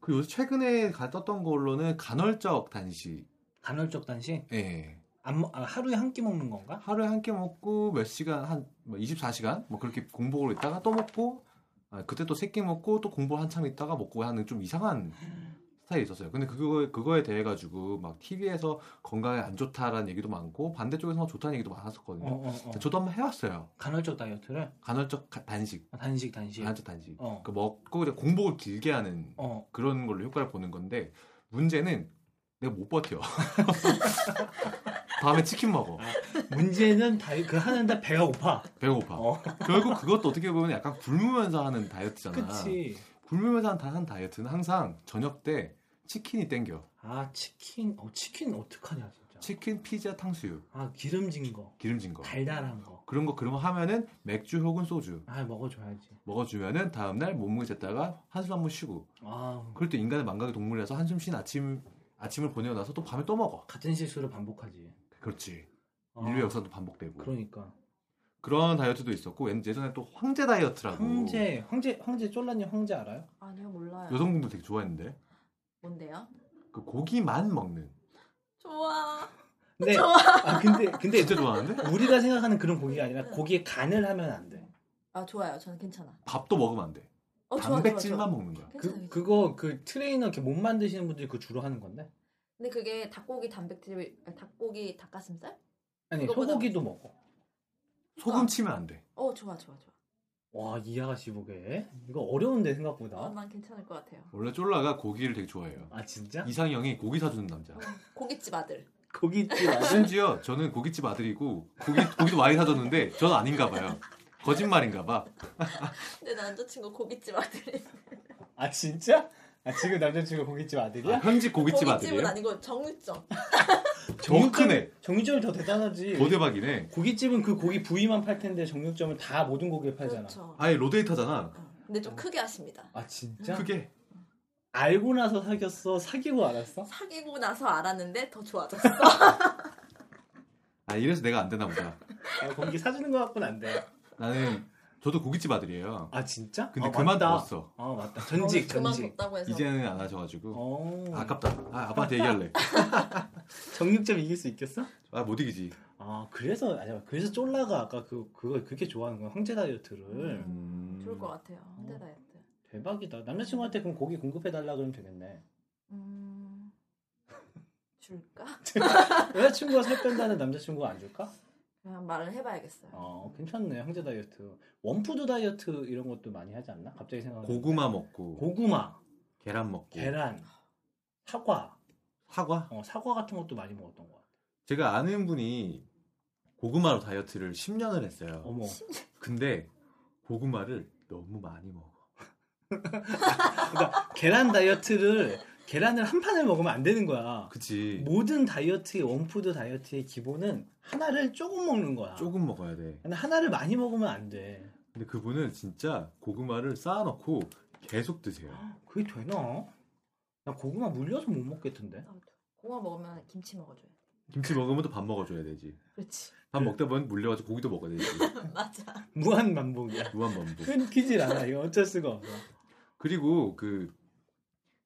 [SPEAKER 1] 그 요새 최근에 가- 떴던 걸로는 간헐적 단식.
[SPEAKER 2] 간헐적 단식.
[SPEAKER 1] 예.
[SPEAKER 2] 안 먹- 아, 하루에 한 끼 먹는 건가?
[SPEAKER 1] 하루에 한 끼 먹고 몇 시간 한 24시간 뭐 그렇게 공복으로 있다가 또 먹고 아, 그때 또 세 끼 먹고 또 공복 한참 있다가 먹고 하는 좀 이상한 스타일이 있었어요. 근데 그거 그거에 대해 가지고 막 TV에서 건강에 안 좋다라는 얘기도 많고 반대쪽에서 막 좋다는 얘기도
[SPEAKER 2] 어,
[SPEAKER 1] 많았었거든요.
[SPEAKER 2] 어, 어.
[SPEAKER 1] 저도 한번 해왔어요.
[SPEAKER 2] 간헐적 다이어트를
[SPEAKER 1] 간헐적 가- 단식.
[SPEAKER 2] 아, 단식 단식.
[SPEAKER 1] 간헐적 단식.
[SPEAKER 2] 어.
[SPEAKER 1] 그 먹고 이제 공복을 길게 하는
[SPEAKER 2] 어.
[SPEAKER 1] 그런 걸로 효과를 보는 건데 문제는 내가 못 버텨. [LAUGHS] 다음에 치킨 먹어.
[SPEAKER 2] 문제는 다이 그 하는데 배가 고파.
[SPEAKER 1] 배고파.
[SPEAKER 2] 어.
[SPEAKER 1] 결국 아, 그것도 어떻게 보면 약간 굶으면서 하는 다이어트잖아.
[SPEAKER 2] 그치.
[SPEAKER 1] 굶으면서 한, 한 다이어트는 항상 저녁 때 치킨이 땡겨.
[SPEAKER 2] 아 치킨. 어 치킨 어떡하냐 진짜.
[SPEAKER 1] 치킨, 피자, 탕수육,
[SPEAKER 2] 아 기름진 거,
[SPEAKER 1] 기름진 거.
[SPEAKER 2] 달달한 거.
[SPEAKER 1] 그런 거 그런 거 하면은 맥주 혹은 소주
[SPEAKER 2] 아 먹어줘야지.
[SPEAKER 1] 먹어주면은 다음날 몸무게 쟀다가 한숨 한 번 쉬고.
[SPEAKER 2] 아
[SPEAKER 1] 그럴 때 인간은 망각의 동물이라서 한숨 쉰 아침 아침을 보내고 나서 또 밤에 또 먹어.
[SPEAKER 2] 같은 실수를 반복하지.
[SPEAKER 1] 그렇지.
[SPEAKER 2] 아,
[SPEAKER 1] 인류 역사도 반복되고.
[SPEAKER 2] 그러니까
[SPEAKER 1] 그런 다이어트도 있었고 왠- 예전에 또 황제 다이어트라고.
[SPEAKER 2] 황제 황제 황제 쫄라님 황제 알아요?
[SPEAKER 3] 아니요 몰라요.
[SPEAKER 1] 여성분들 되게 좋아했는데
[SPEAKER 3] 뭔데요?
[SPEAKER 1] 그 고기만 먹는.
[SPEAKER 3] 좋아.
[SPEAKER 2] 근데
[SPEAKER 3] 좋아.
[SPEAKER 2] 아 근데 근데
[SPEAKER 1] 진짜 좋아하는데?
[SPEAKER 2] 우리가 생각하는 그런 고기가 아니라 고기에 간을 하면 안 돼.
[SPEAKER 3] 아 좋아요. 저는 괜찮아.
[SPEAKER 1] 밥도 먹으면 안 돼.
[SPEAKER 3] 어 좋아
[SPEAKER 1] 단백질만
[SPEAKER 3] 좋아 좋아.
[SPEAKER 1] 먹는 거야.
[SPEAKER 3] 괜찮아요.
[SPEAKER 2] 그 그거 그 트레이너 이렇게 못 만드시는 분들이 그 주로 하는 건데.
[SPEAKER 3] 근데 그게 닭고기 단백질 아니, 닭고기 닭가슴살?
[SPEAKER 2] 아니
[SPEAKER 3] 그거보다-
[SPEAKER 2] 소고기도 먹어.
[SPEAKER 1] 소금 치면 안 돼.
[SPEAKER 3] 어 좋아 좋아 좋아.
[SPEAKER 2] 와이 아가씨 보게 이거 어려운데
[SPEAKER 3] 어,
[SPEAKER 2] 생각보다.
[SPEAKER 3] 난 괜찮을 것 같아요.
[SPEAKER 1] 원래 쫄라가 고기를 되게 좋아해요.
[SPEAKER 2] 아 진짜?
[SPEAKER 1] 이상형이 고기 사주는 남자.
[SPEAKER 3] 고깃집 아들.
[SPEAKER 2] 고깃집 아들?
[SPEAKER 1] 심지어 저는 고깃집 아들이고 고기 고기도 많이 사줬는데 저는 아닌가 봐요. 거짓말인가 봐.
[SPEAKER 3] 내 남자친구 고깃집 아들이.
[SPEAKER 2] [LAUGHS] 아 진짜? 아 지금 남자친구 고깃집
[SPEAKER 1] 아,
[SPEAKER 2] 아들이야?
[SPEAKER 1] 현지 고깃집
[SPEAKER 3] 고깃집은
[SPEAKER 1] 아들이에요.
[SPEAKER 3] 아니고 정육점.
[SPEAKER 1] 더 크네.
[SPEAKER 2] 정육점이 더 대단하지.
[SPEAKER 1] 더 대박이네.
[SPEAKER 2] 고깃집은 그 고기 부위만 팔 텐데 정육점은 다 모든 고기를 팔잖아.
[SPEAKER 3] 그렇죠.
[SPEAKER 1] 아예 로데이터잖아.
[SPEAKER 3] 어, 근데 좀 크게 하십니다.
[SPEAKER 2] 아 진짜?
[SPEAKER 1] 그게
[SPEAKER 2] 알고 나서 사귀었어? 사귀고 알았어?
[SPEAKER 3] 사귀고 나서 알았는데 더 좋아졌어.
[SPEAKER 1] 아 이래서 내가 안 되나 보다.
[SPEAKER 2] 아, 고기 사주는 것 같고는 안 돼.
[SPEAKER 1] 나는 저도 고깃집 아들이에요.
[SPEAKER 2] 아 진짜?
[SPEAKER 1] 근데
[SPEAKER 2] 아,
[SPEAKER 1] 그만
[SPEAKER 2] 맞다.
[SPEAKER 1] 뒀어.
[SPEAKER 2] 아 맞다. 전직
[SPEAKER 3] 그만
[SPEAKER 2] 전직.
[SPEAKER 3] 뒀다고 해서.
[SPEAKER 1] 이제는 안 하셔가지고
[SPEAKER 2] 어.
[SPEAKER 1] 아깝다. 아 아빠한테 얘기할래.
[SPEAKER 2] 정육점 이길 수 있겠어?
[SPEAKER 1] 아 못 이기지.
[SPEAKER 2] 아 그래서 아니 그래서 쫄라가 아까 그 그거 그렇게 좋아하는 거야 황제 다이어트를
[SPEAKER 3] 음,
[SPEAKER 1] 음.
[SPEAKER 3] 좋을 것 같아요. 현대 다이어트.
[SPEAKER 2] 대박이다 남자친구한테 그럼 고기 공급해 달라 그러면 되겠네
[SPEAKER 3] 음. [LAUGHS] 줄까?
[SPEAKER 2] 여자친구가 살 뺀다는 남자친구가 안 줄까?
[SPEAKER 3] 그냥 말을 해봐야겠어요.
[SPEAKER 2] 어 괜찮네 황제 다이어트 원푸드 다이어트 이런 것도 많이 하지 않나? 갑자기 생각
[SPEAKER 1] 고구마 먹고
[SPEAKER 2] 고구마
[SPEAKER 1] 계란 먹고
[SPEAKER 2] 계란 사과
[SPEAKER 1] 사과.
[SPEAKER 2] 어, 사과 같은 것도 많이 먹었던 것 같아
[SPEAKER 1] 제가 아는 분이 고구마로 다이어트를 10년을 했어요.
[SPEAKER 2] 어머
[SPEAKER 1] 근데 고구마를 너무 많이 먹어.
[SPEAKER 2] 계란 다이어트를 계란을 한 판을 먹으면 안 되는 거야
[SPEAKER 1] 그치.
[SPEAKER 2] 모든 다이어트의 원푸드 다이어트의 기본은 하나를 조금 먹는 거야
[SPEAKER 1] 조금 먹어야 돼.
[SPEAKER 2] 근데 하나를 많이 먹으면 안 돼
[SPEAKER 1] 근데 그분은 진짜 고구마를 쌓아놓고 계속 드세요.
[SPEAKER 2] 그게 되나? 나 고구마 물려서 못 먹겠던데 [LAUGHS]
[SPEAKER 3] 고구마 먹으면 김치 먹어줘야 돼.
[SPEAKER 1] 김치 먹으면 또 밥 먹어줘야 되지.
[SPEAKER 3] 그렇지. [LAUGHS]
[SPEAKER 1] 밥 먹다 보면 물려가지고 고기도 먹어야 되지.
[SPEAKER 3] 맞아.
[SPEAKER 2] 무한반복이야
[SPEAKER 1] 무한반복.
[SPEAKER 2] 끊기질 않아 이거 어쩔 수가 없어
[SPEAKER 1] 그리고 그,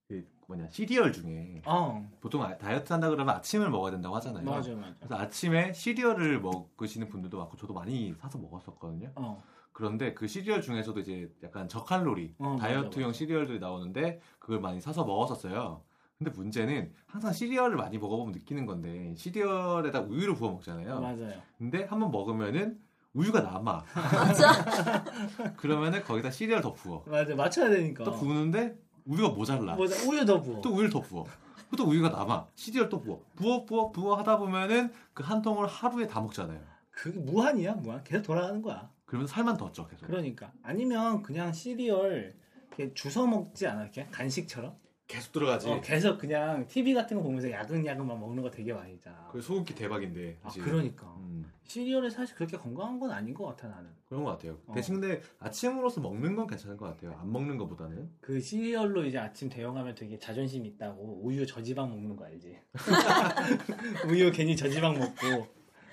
[SPEAKER 1] 그 뭐냐 시리얼 중에
[SPEAKER 2] 어
[SPEAKER 1] 보통 아- 다이어트 한다 그러면 아침을 먹어야 된다고 하잖아요.
[SPEAKER 2] 맞아 맞아
[SPEAKER 1] 그래서 아침에 시리얼을 먹으시는 분들도 많고 저도 많이 사서 먹었었거든요.
[SPEAKER 2] 어
[SPEAKER 1] 그런데 그 시리얼 중에서도 이제 약간 저칼로리
[SPEAKER 2] 어, 맞아,
[SPEAKER 1] 다이어트용
[SPEAKER 2] 맞아.
[SPEAKER 1] 시리얼들이 나오는데 그걸 많이 사서 먹었었어요. 근데 문제는 항상 시리얼을 많이 먹어보면 느끼는 건데 시리얼에다 우유를 부어 먹잖아요.
[SPEAKER 2] 맞아요
[SPEAKER 1] 근데 한번 먹으면은 우유가 남아.
[SPEAKER 3] 맞아.
[SPEAKER 1] [LAUGHS] 그러면은 거기다 시리얼 더 부어.
[SPEAKER 2] 맞아 맞춰야 되니까
[SPEAKER 1] 또 부는데 우유가 모자라.
[SPEAKER 2] 어. 뭐다 우유 더 부어
[SPEAKER 1] 또 우유를 더 부어. 또 우유가 남아. 시리얼 또 부어. 부어 부어 부어 하다 보면은 그 한 통을 하루에 다 먹잖아요.
[SPEAKER 2] 그게 무한이야 무한 계속 돌아가는 거야
[SPEAKER 1] 그러면서 살만 더 쪄 계속.
[SPEAKER 2] 그러니까 아니면 그냥 시리얼 이렇게 주워 먹지 않아 이렇게 간식처럼
[SPEAKER 1] 계속 들어가지.
[SPEAKER 2] 어, 계속 그냥 TV 같은 거 보면서 야근야근만 먹는 거 되게 많이 있잖아.
[SPEAKER 1] 그 소고기 대박인데.
[SPEAKER 2] 아,
[SPEAKER 1] 사실.
[SPEAKER 2] 그러니까.
[SPEAKER 1] 음,
[SPEAKER 2] 시리얼이 사실 그렇게 건강한 건 아닌 것 같아 나는.
[SPEAKER 1] 그런 것 같아요.
[SPEAKER 2] 어.
[SPEAKER 1] 대신 근데 아침으로서 먹는 건 괜찮은 것 같아요. 안 먹는 것보다는.
[SPEAKER 2] 그 시리얼로 이제 아침 대용하면 되게 자존심 있다고 우유 저지방 먹는 거 알지? [LAUGHS] 우유 괜히 저지방 먹고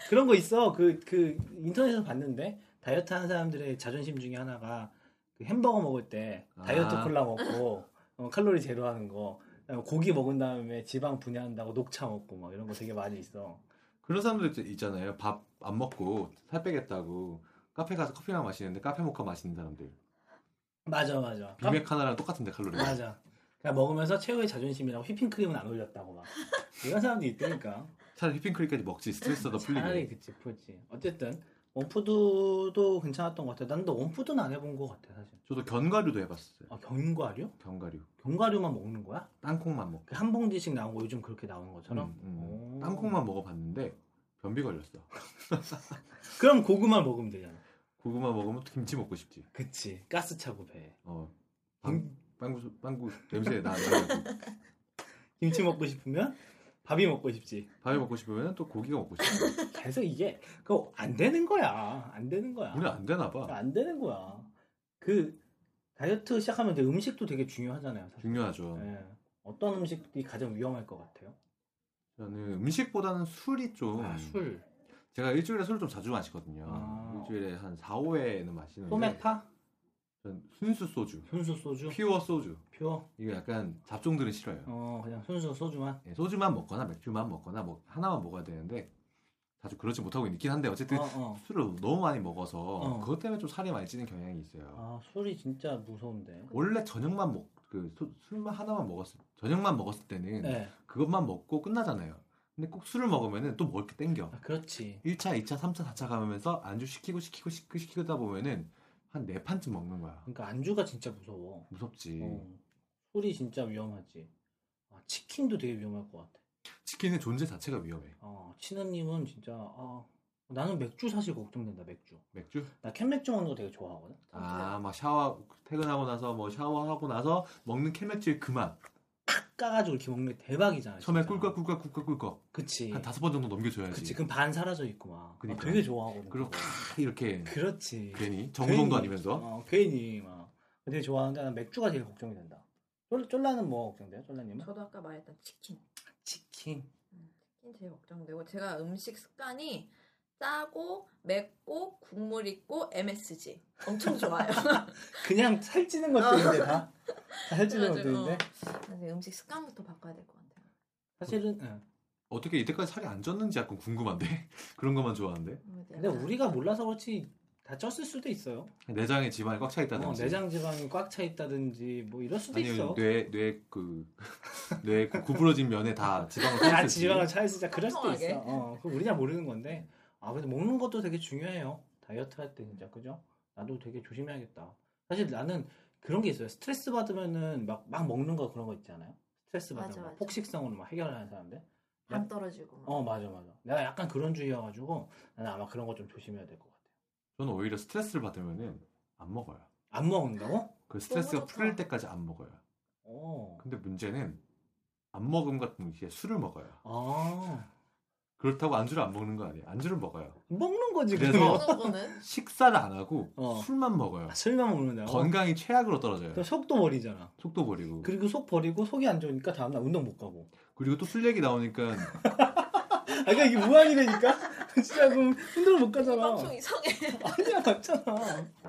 [SPEAKER 2] 그런 거 있어. 그 그 인터넷에서 봤는데 다이어트 하는 사람들의 자존심 중에 하나가 그 햄버거 먹을 때 다이어트
[SPEAKER 1] 아.
[SPEAKER 2] 콜라 먹고 어, 칼로리 제로하는 거. 그다음에 고기 먹은 다음에 지방 분해한다고 녹차 먹고 막 이런 거 되게 많이 있어.
[SPEAKER 1] 그런 사람들 있- 있잖아요. 밥 안 먹고 살 빼겠다고 카페 가서 커피만 마시는데 카페 모카 마시는 사람들.
[SPEAKER 2] 맞아 맞아.
[SPEAKER 1] 비맥 하나랑 똑같은데 칼로리가.
[SPEAKER 2] 맞아. 그냥 먹으면서 최후의 자존심이라고 휘핑크림은 안 올렸다고 막 이런 사람도 있다니까.
[SPEAKER 1] 차라리 휘핑크림까지 먹지 스트레스도 풀리고.
[SPEAKER 2] 차라리 그치 풀지. 어쨌든 원푸드도 괜찮았던 것 같아. 난또 원푸드는 안 해본 것 같아 사실.
[SPEAKER 1] 저도 견과류도 해봤어요.
[SPEAKER 2] 아 견과류?
[SPEAKER 1] 견과류.
[SPEAKER 2] 견과류만 먹는 거야?
[SPEAKER 1] 땅콩만 먹고.
[SPEAKER 2] 그한 봉지씩 나온 거 요즘 그렇게 나오는 것처럼.
[SPEAKER 1] 음, 음.
[SPEAKER 2] 오.
[SPEAKER 1] 땅콩만 먹어봤는데 변비 걸렸어.
[SPEAKER 2] 그럼 고구마 먹으면 되잖아.
[SPEAKER 1] 고구마 먹으면 또 김치 먹고 싶지.
[SPEAKER 2] 그치. 가스 차고 배.
[SPEAKER 1] 어. 빵, 빵구, 빵구 냄새 나. 나가지고.
[SPEAKER 2] 김치 먹고 싶으면 밥이 먹고 싶지.
[SPEAKER 1] 밥을 먹고 싶으면 또 고기가 먹고
[SPEAKER 2] [LAUGHS]
[SPEAKER 1] 싶어.
[SPEAKER 2] 계속 이게 그거 안 되는 거야. 안 되는 거야.
[SPEAKER 1] 우리 안 되나 봐.
[SPEAKER 2] 안 되는 거야. 그 다이어트 시작하면 되게 음식도 되게 중요하잖아요. 사실.
[SPEAKER 1] 중요하죠.
[SPEAKER 2] 예. 어떤 음식이 가장 위험할 것 같아요?
[SPEAKER 1] 저는 음식보다는 술이 좀.
[SPEAKER 2] 아, 술.
[SPEAKER 1] 제가 일주일에 술을 좀 자주 마시거든요.
[SPEAKER 2] 아.
[SPEAKER 1] 일주일에 한 4, 5회는 마시는데.
[SPEAKER 2] 소맥파?
[SPEAKER 1] 전 순수 소주.
[SPEAKER 2] 순수 소주?
[SPEAKER 1] 피워 소주.
[SPEAKER 2] 퓨어?
[SPEAKER 1] 이거 약간 잡종들은 싫어요.
[SPEAKER 2] 어, 그냥 순수 소주만?
[SPEAKER 1] 예, 소주만 먹거나 맥주만 먹거나 뭐 하나만 먹어야 되는데 자주 그러지 못하고 있긴 한데 어쨌든
[SPEAKER 2] 어, 어.
[SPEAKER 1] 술을 너무 많이 먹어서
[SPEAKER 2] 어.
[SPEAKER 1] 그것 때문에 좀 살이 많이 찌는 경향이 있어요.
[SPEAKER 2] 아, 술이 진짜 무서운데.
[SPEAKER 1] 원래 저녁만 먹, 그 소- 술만 하나만 먹었을 저녁만 먹었을 때는
[SPEAKER 2] 네.
[SPEAKER 1] 그것만 먹고 끝나잖아요. 근데 꼭 술을 먹으면은 또 먹을 게 땡겨.
[SPEAKER 2] 아, 그렇지.
[SPEAKER 1] 1차, 2차, 3차, 4차 가면서 안주 시키고 시키고 시키고 시키다 보면은 한 네판쯤 먹는 거야.
[SPEAKER 2] 그러니까 안주가 진짜 무서워.
[SPEAKER 1] 무섭지.
[SPEAKER 2] 어. 술이 진짜 위험하지. 아, 치킨도 되게 위험할 것 같아.
[SPEAKER 1] 치킨의 존재 자체가 위험해.
[SPEAKER 2] 어, 친언님은 진짜, 아, 나는 맥주 사실 걱정된다, 맥주.
[SPEAKER 1] 맥주?
[SPEAKER 2] 나 캔맥주 먹는 거 되게 좋아하거든.
[SPEAKER 1] 아, 막 샤워 퇴근하고 나서 뭐 샤워하고 나서 먹는 캔맥주의 그만.
[SPEAKER 2] 탁 까가지고 이렇게 먹는 게 대박이잖아.
[SPEAKER 1] 처음에
[SPEAKER 2] 진짜.
[SPEAKER 1] 꿀꺽 꿀꺽 꿀꺽 꿀꺽
[SPEAKER 2] 그치.
[SPEAKER 1] 한 다섯 번 정도
[SPEAKER 2] 예. 그치.
[SPEAKER 1] 넘겨줘야지.
[SPEAKER 2] 그럼 반 사라져 있고 막. 아,
[SPEAKER 1] 그니까.
[SPEAKER 2] 되게 좋아하거든.
[SPEAKER 1] 그리고
[SPEAKER 2] 그거.
[SPEAKER 1] 캬 이렇게
[SPEAKER 2] 그렇지.
[SPEAKER 1] 괜히 정성도
[SPEAKER 2] 괜히,
[SPEAKER 1] 아니면서
[SPEAKER 2] 어, 괜히 막 되게 좋아하는데 난 맥주가 제일 걱정이 된다. 쫄, 쫄라는 뭐 걱정돼요? 쫄라님은?
[SPEAKER 3] 저도 아까 말했던 치킨.
[SPEAKER 2] 치킨.
[SPEAKER 3] 치킨 제일 걱정되고 제가 음식 습관이 짜고 맵고 국물 있고 MSG 엄청 좋아요.
[SPEAKER 2] 그냥 살찌는 것들인데 다. 다 살찌는
[SPEAKER 3] 그래가지고,
[SPEAKER 2] 것들인데
[SPEAKER 3] 그래서 음식 습관부터 바꿔야 될 것 같아요.
[SPEAKER 2] 사실은 응.
[SPEAKER 1] 어떻게 이때까지 살이 안 쪘는지 약간 궁금한데 [LAUGHS] 그런 것만 좋아하는데
[SPEAKER 2] 근데 우리가 몰라서 그렇지 다 쪘을 수도 있어요.
[SPEAKER 1] 내장에 지방이 꽉 차
[SPEAKER 2] 어,
[SPEAKER 1] 있다든지
[SPEAKER 2] 내장 지방이 꽉 차 있다든지 뭐 이럴 수도 있어.
[SPEAKER 1] 아니면 뇌뇌그뇌 [LAUGHS] 구부러진 면에 다 지방을
[SPEAKER 2] 아. 다
[SPEAKER 1] 뺐을지.
[SPEAKER 2] 지방을 차 있으니까 그럴 수도
[SPEAKER 3] 통통하게. 네.
[SPEAKER 2] 있어. 어, 그거 우리가 모르는 건데. 아, 근데 먹는 것도 되게 중요해요. 다이어트 할 때 진짜 그죠? 나도 되게 조심해야겠다. 사실 나는 그런 게 있어요. 스트레스 받으면은 막, 막 먹는 거 그런 거 있잖아요. 스트레스
[SPEAKER 3] 맞아,
[SPEAKER 2] 받으면 막
[SPEAKER 3] 맞아.
[SPEAKER 2] 폭식성으로 막 해결하는 사람들.
[SPEAKER 3] 안 떨어지고. 막.
[SPEAKER 2] 어, 맞아, 맞아. 내가 약간 그런 주의여가지고 나는 아마 그런 거 좀 조심해야 될 것 같아.
[SPEAKER 1] 저는 오히려 스트레스를 받으면은 안 먹어요.
[SPEAKER 2] 안 먹는다고?
[SPEAKER 1] 그 스트레스가
[SPEAKER 3] 너무 좋다.
[SPEAKER 1] 풀릴 때까지 안 먹어요.
[SPEAKER 2] 어.
[SPEAKER 1] 근데 문제는 안 먹음과 동시에 술을 먹어요.
[SPEAKER 2] 아.
[SPEAKER 1] 그렇다고 안주를 안 먹는 거 아니에요. 안주를 먹어요.
[SPEAKER 2] 먹는 거지,
[SPEAKER 1] 그래서-
[SPEAKER 2] 그러면.
[SPEAKER 3] 먹는 거는
[SPEAKER 1] 식사를 안 하고
[SPEAKER 2] 어.
[SPEAKER 1] 술만 먹어요.
[SPEAKER 2] 아, 술만 먹는다고?
[SPEAKER 1] 건강이 최악으로 떨어져요.
[SPEAKER 2] 그럼 속도 버리잖아.
[SPEAKER 1] 속도 버리고
[SPEAKER 2] 그리고 속 버리고 속이 안 좋으니까 다음날 운동 못 가고.
[SPEAKER 1] 그리고 또 술 얘기 나오니까
[SPEAKER 2] 아, 그러니까 이게 무한이라니까? [LAUGHS] 진짜 그럼 운동을 못
[SPEAKER 3] 이
[SPEAKER 2] 가잖아.
[SPEAKER 3] 방송 이상해.
[SPEAKER 2] 아니야, 맞잖아.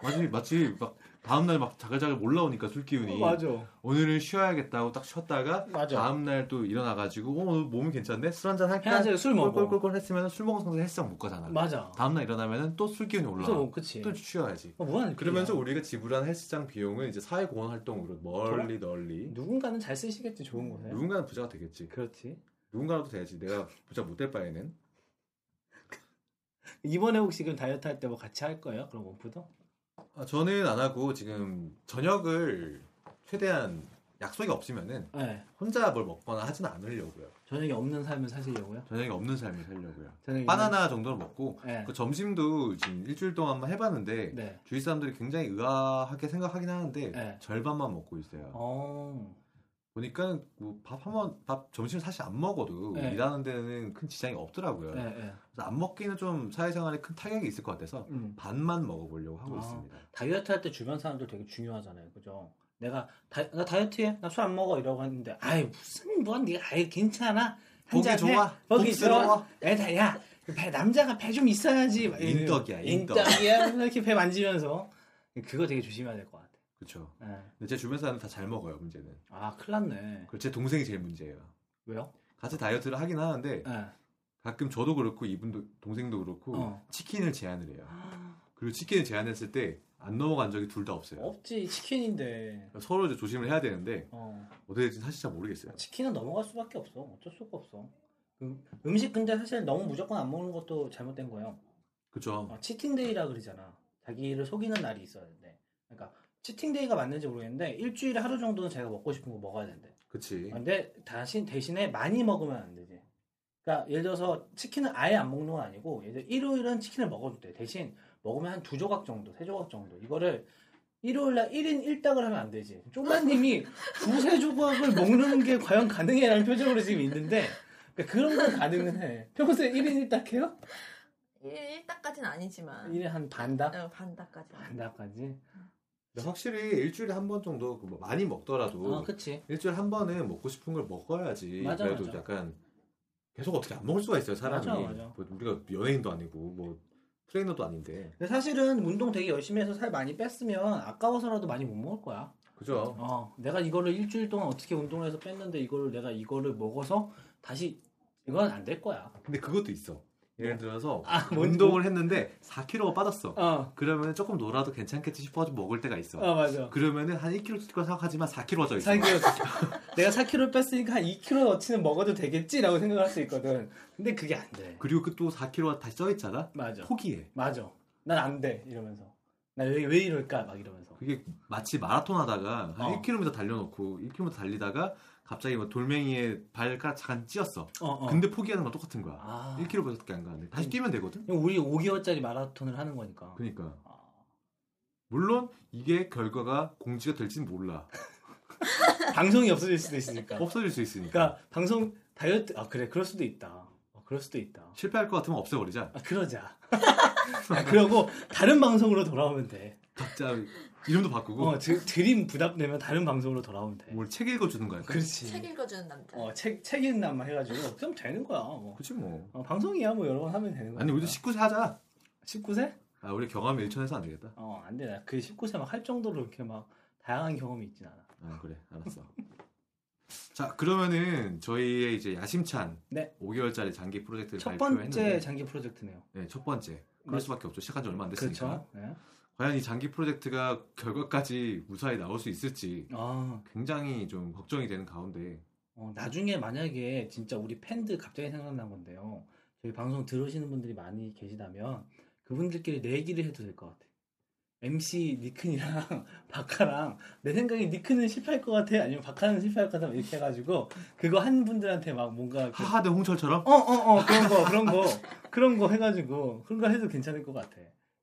[SPEAKER 1] 마치 마치 막 다음 날 막 자글자글 올라오니까 술 기운이
[SPEAKER 2] 어, 맞아.
[SPEAKER 1] 오늘은 쉬어야겠다고 딱 쉬었다가
[SPEAKER 2] 맞아.
[SPEAKER 1] 다음 날 또 일어나 가지고 어 오늘 몸이 괜찮네 술 한잔 할까
[SPEAKER 2] 해야지, 술 먹어.
[SPEAKER 1] 꿀꿀꿀꿀 했으면 술 먹은 상태 헬스장 못 가잖아.
[SPEAKER 2] 맞아.
[SPEAKER 1] 다음 날 일어나면은 또 술 기운이 올라.
[SPEAKER 2] 그래서 뭐, 그치.
[SPEAKER 1] 또 쉬어야지.
[SPEAKER 2] 어, 무한.
[SPEAKER 1] 그러면서 우리가 지불한 헬스장 비용은 이제 사회공헌 활동으로 멀리 널리
[SPEAKER 2] 누군가는 잘 쓰시겠지, 좋은 거에
[SPEAKER 1] 누군가는 부자가 되겠지.
[SPEAKER 2] 그렇지.
[SPEAKER 1] 누군가라도 돼야지. 내가 부자 못 될 바에는
[SPEAKER 2] 이번에 혹시 그럼 다이어트 할 때 뭐 같이 할 거예요? 그럼 원푸도?
[SPEAKER 1] 아, 저는 안 하고 지금 저녁을 최대한 약속이 없으면은
[SPEAKER 2] 네.
[SPEAKER 1] 혼자 뭘 먹거나 하진 않으려고요.
[SPEAKER 2] 저녁에 없는 삶을 사시려고요?
[SPEAKER 1] 저녁이 없는 삶을 살려고요.
[SPEAKER 2] 저녁에.
[SPEAKER 1] 바나나 정도는 먹고
[SPEAKER 2] 있는- 네.
[SPEAKER 1] 그 점심도 지금 일주일 동안만 해봤는데
[SPEAKER 2] 네.
[SPEAKER 1] 주위 사람들이 굉장히 의아하게 생각하긴 하는데
[SPEAKER 2] 네.
[SPEAKER 1] 절반만 먹고 있어요.
[SPEAKER 2] 어.
[SPEAKER 1] 보니까 뭐밥한번밥 점심을 사실 안 먹어도
[SPEAKER 2] 네.
[SPEAKER 1] 일하는 데는 큰 지장이 없더라고요.
[SPEAKER 2] 예, 예.
[SPEAKER 1] 그래서 안 먹기는 좀 사회생활에 큰 타격이 있을 것 같아서
[SPEAKER 2] 음.
[SPEAKER 1] 반만 먹어보려고 하고
[SPEAKER 2] 아.
[SPEAKER 1] 있습니다.
[SPEAKER 2] 다이어트 할 때 주변 사람들 되게 중요하잖아요. 그죠? 내가 다, 나 다이어트해? 나 술 안 먹어? 이러고 했는데, 아이, 무슨, 뭐, 네가, 아이, 괜찮아?
[SPEAKER 1] 보기
[SPEAKER 2] 한잔 해.
[SPEAKER 1] 좋아.
[SPEAKER 2] 보기
[SPEAKER 1] 복스러워.
[SPEAKER 2] 좋아. 애다, 야, 그 배, 남자가 배 좀 있어야지. 막 이러면서.
[SPEAKER 1] 인덕이야, 인덕.
[SPEAKER 2] 인덕이야. 이렇게 배 만지면서. 그거 되게 조심해야 될 것 같아.
[SPEAKER 1] 그렇죠.
[SPEAKER 2] 예.
[SPEAKER 1] 근데 제 주변 사람들 다 잘 먹어요. 문제는.
[SPEAKER 2] 아, 큰일 났네.
[SPEAKER 1] 그리고 제 동생이 제일 문제예요.
[SPEAKER 2] 왜요?
[SPEAKER 1] 같이 다이어트를 하긴 하는데
[SPEAKER 2] 예.
[SPEAKER 1] 가끔 저도 그렇고 이분도 동생도 그렇고
[SPEAKER 2] 어.
[SPEAKER 1] 치킨을 제한을 해요. 그리고 치킨을 제한했을 때 안 넘어간 적이 둘 다 없어요.
[SPEAKER 2] 없지, 치킨인데.
[SPEAKER 1] 서로 이제 조심을 해야 되는데
[SPEAKER 2] 어.
[SPEAKER 1] 어떻게 될지 사실 잘 모르겠어요.
[SPEAKER 2] 치킨은 넘어갈 수밖에 없어. 어쩔 수가 없어. 음, 음식 근데 사실 너무 무조건 안 먹는 것도 잘못된 거예요.
[SPEAKER 1] 그렇죠.
[SPEAKER 2] 어, 치팅데이라 그러잖아. 자기를 속이는 날이 있었는데. 그러니까 치팅데이가 맞는지 모르겠는데 일주일에 하루 정도는 자기가 먹고 싶은 거 먹어야 된대.
[SPEAKER 1] 그치.
[SPEAKER 2] 근데 다시 대신에 많이 먹으면 안 되지. 그러니까 예를 들어서 치킨은 아예 안 먹는 건 아니고 예를 들어 일요일은 치킨을 먹어도 돼. 대신 먹으면 한 두 조각 정도, 세 조각 정도. 이거를 일요일날 1인 1닭을 하면 안 되지. [LAUGHS] 쫑라님이 두세 조각을 먹는 게 과연 가능해라는 표정으로 지금 있는데 그런건 가능은 해. 평소에 1인 1닭 해요?
[SPEAKER 3] 1일딱까지는 아니지만
[SPEAKER 2] 1인 한 반닭?
[SPEAKER 3] 어, 반딱까지
[SPEAKER 2] 반닭까지?
[SPEAKER 1] 확실히 일주일에 한 번 정도 그뭐 많이 먹더라도
[SPEAKER 2] 아, 그치.
[SPEAKER 1] 일주일에 한 번은 먹고 싶은 걸 먹어야지.
[SPEAKER 2] 맞아,
[SPEAKER 1] 그래도
[SPEAKER 2] 맞아.
[SPEAKER 1] 약간 계속 어떻게 안 먹을 수가 있어요, 사람이.
[SPEAKER 2] 맞아, 맞아.
[SPEAKER 1] 뭐 우리가 연예인도 아니고 뭐 트레이너도 아닌데.
[SPEAKER 2] 근데 사실은 운동 되게 열심히 해서 살 많이 뺐으면 아까워서라도 많이 못 먹을 거야.
[SPEAKER 1] 그죠?
[SPEAKER 2] 어, 내가 이거를 일주일 동안 어떻게 운동을 해서 뺐는데 이거를 내가 이거를 먹어서 다시 이건 안 될 거야.
[SPEAKER 1] 근데 그것도 있어. 예를 들어서
[SPEAKER 2] 아, 뭔-
[SPEAKER 1] 운동을 했는데 4kg가 빠졌어.
[SPEAKER 2] 어,
[SPEAKER 1] 그러면 조금 놀아도 괜찮겠지 싶어서 먹을 때가 있어.
[SPEAKER 2] 어 맞아.
[SPEAKER 1] 그러면은 한 1kg 찔거 생각하지만 4kg 쪄 있어.
[SPEAKER 2] 4kg [LAUGHS] 내가 4kg 뺐으니까 한 2kg 어치는 먹어도 되겠지라고 생각할 수 있거든. 근데 그게 안 돼.
[SPEAKER 1] 그리고 그 또 4kg가 다시 쪄 있잖아.
[SPEAKER 2] 맞아.
[SPEAKER 1] 포기해.
[SPEAKER 2] 맞아. 난 안 돼. 이러면서. 나 왜 왜 이럴까? 막 이러면서.
[SPEAKER 1] 그게 마치 마라톤 하다가 한
[SPEAKER 2] 어.
[SPEAKER 1] 1km 달려놓고 1km 달리다가 갑자기 뭐 돌멩이에 발가락 잠깐 찧었어.
[SPEAKER 2] 어, 어.
[SPEAKER 1] 근데 포기하는 건 똑같은 거야.
[SPEAKER 2] 아. 음.
[SPEAKER 1] 1km밖에 안 가는데 다시 뛰면 되거든.
[SPEAKER 2] 이거 우리 5개월짜리 마라톤을 하는 거니까.
[SPEAKER 1] 그러니까
[SPEAKER 2] 아.
[SPEAKER 1] 물론 이게 결과가 공지가 될지는 몰라.
[SPEAKER 2] 방송이 없어질 수도 있으니까.
[SPEAKER 1] 없어질 수 있으니까.
[SPEAKER 2] 그러니까 방송 다이어트 아 그래 그럴 수도 있다. 아, 그럴 수도 있다.
[SPEAKER 1] 실패할 것 같으면 없애버리자.
[SPEAKER 2] 아 그러자. [LAUGHS] 아, 그러고 다른 방송으로 돌아오면 돼.
[SPEAKER 1] 각자 이름도 바꾸고
[SPEAKER 2] 어 드, 드림 부담 내면 다른 방송으로 돌아오면 돼.
[SPEAKER 1] 뭐? 뭘 책 읽어주는 거야.
[SPEAKER 3] 책
[SPEAKER 2] 그렇지.
[SPEAKER 3] 읽어주는 남자
[SPEAKER 2] 어책 책 읽는 남만 해가지고 그럼 되는 거야. 뭐
[SPEAKER 1] 그치 뭐.
[SPEAKER 2] 어, 방송이야 뭐 여러 번 하면 되는 거야.
[SPEAKER 1] 아니 우리도 19세 하자.
[SPEAKER 2] 19세?
[SPEAKER 1] 아 우리 경험 일천해서 안 되겠다.
[SPEAKER 2] 어안 돼. 나그 19세 막 할 정도로 이렇게 막 다양한 경험이 있진 않아.
[SPEAKER 1] 아 그래 알았어. [LAUGHS] 자 그러면은 저희의 이제 야심찬
[SPEAKER 2] 네.
[SPEAKER 1] 5개월짜리 장기 프로젝트를
[SPEAKER 2] 첫
[SPEAKER 1] 발표했는데
[SPEAKER 2] 번째 장기 프로젝트네요.
[SPEAKER 1] 네, 첫 번째 그럴
[SPEAKER 2] 네.
[SPEAKER 1] 수밖에 없죠 시작한 지 얼마 안 됐으니까
[SPEAKER 2] 그렇죠. 네.
[SPEAKER 1] 과연 이 장기 프로젝트가 결과까지 무사히 나올 수 있을지
[SPEAKER 2] 아
[SPEAKER 1] 굉장히 좀 걱정이 되는 가운데
[SPEAKER 2] 어, 나중에 만약에 진짜 우리 팬들 갑자기 생각난 건데요. 저희 방송 들으시는 분들이 많이 계시다면 그분들끼리 내기를 해도 될 것 같아. MC 니큰이랑 [LAUGHS] 박하랑 내 생각에 니큰은 실패할 것 같아 아니면 박하는 실패할 것 같아 이렇게 해가지고 그거 한 분들한테 막 뭔가
[SPEAKER 1] 하하대 홍철처럼
[SPEAKER 2] 어어어 그런 거 그런 거 그런 거 해가지고 그런 거 해도 괜찮을 것 같아.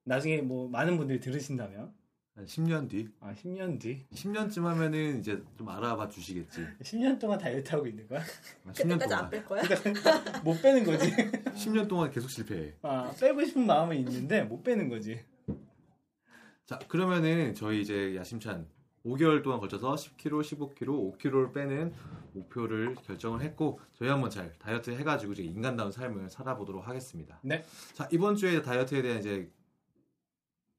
[SPEAKER 2] 나중에 뭐 많은 분들이 들으신다면
[SPEAKER 1] 한 10년 뒤
[SPEAKER 2] 아 10년 뒤
[SPEAKER 1] 10년쯤 하면은 이제 좀 알아봐 주시겠지
[SPEAKER 2] 10년 동안 다이어트 하고 있는 거야?
[SPEAKER 1] 한 10년
[SPEAKER 3] 그때까지
[SPEAKER 1] 동안
[SPEAKER 3] 안뺄 거야?
[SPEAKER 2] 못 빼는 거지.
[SPEAKER 1] 10년 동안 계속 실패해
[SPEAKER 2] 아, 빼고 싶은 마음은 있는데 못 빼는 거지.
[SPEAKER 1] 자 그러면은 저희 이제 야심찬 5개월 동안 걸쳐서 10kg, 15kg, 5kg를 빼는 목표를 결정을 했고 저희 한번 잘 다이어트 해가지고 이제 인간다운 삶을 살아보도록 하겠습니다.
[SPEAKER 2] 네.
[SPEAKER 1] 자 이번 주에 다이어트에 대한 이제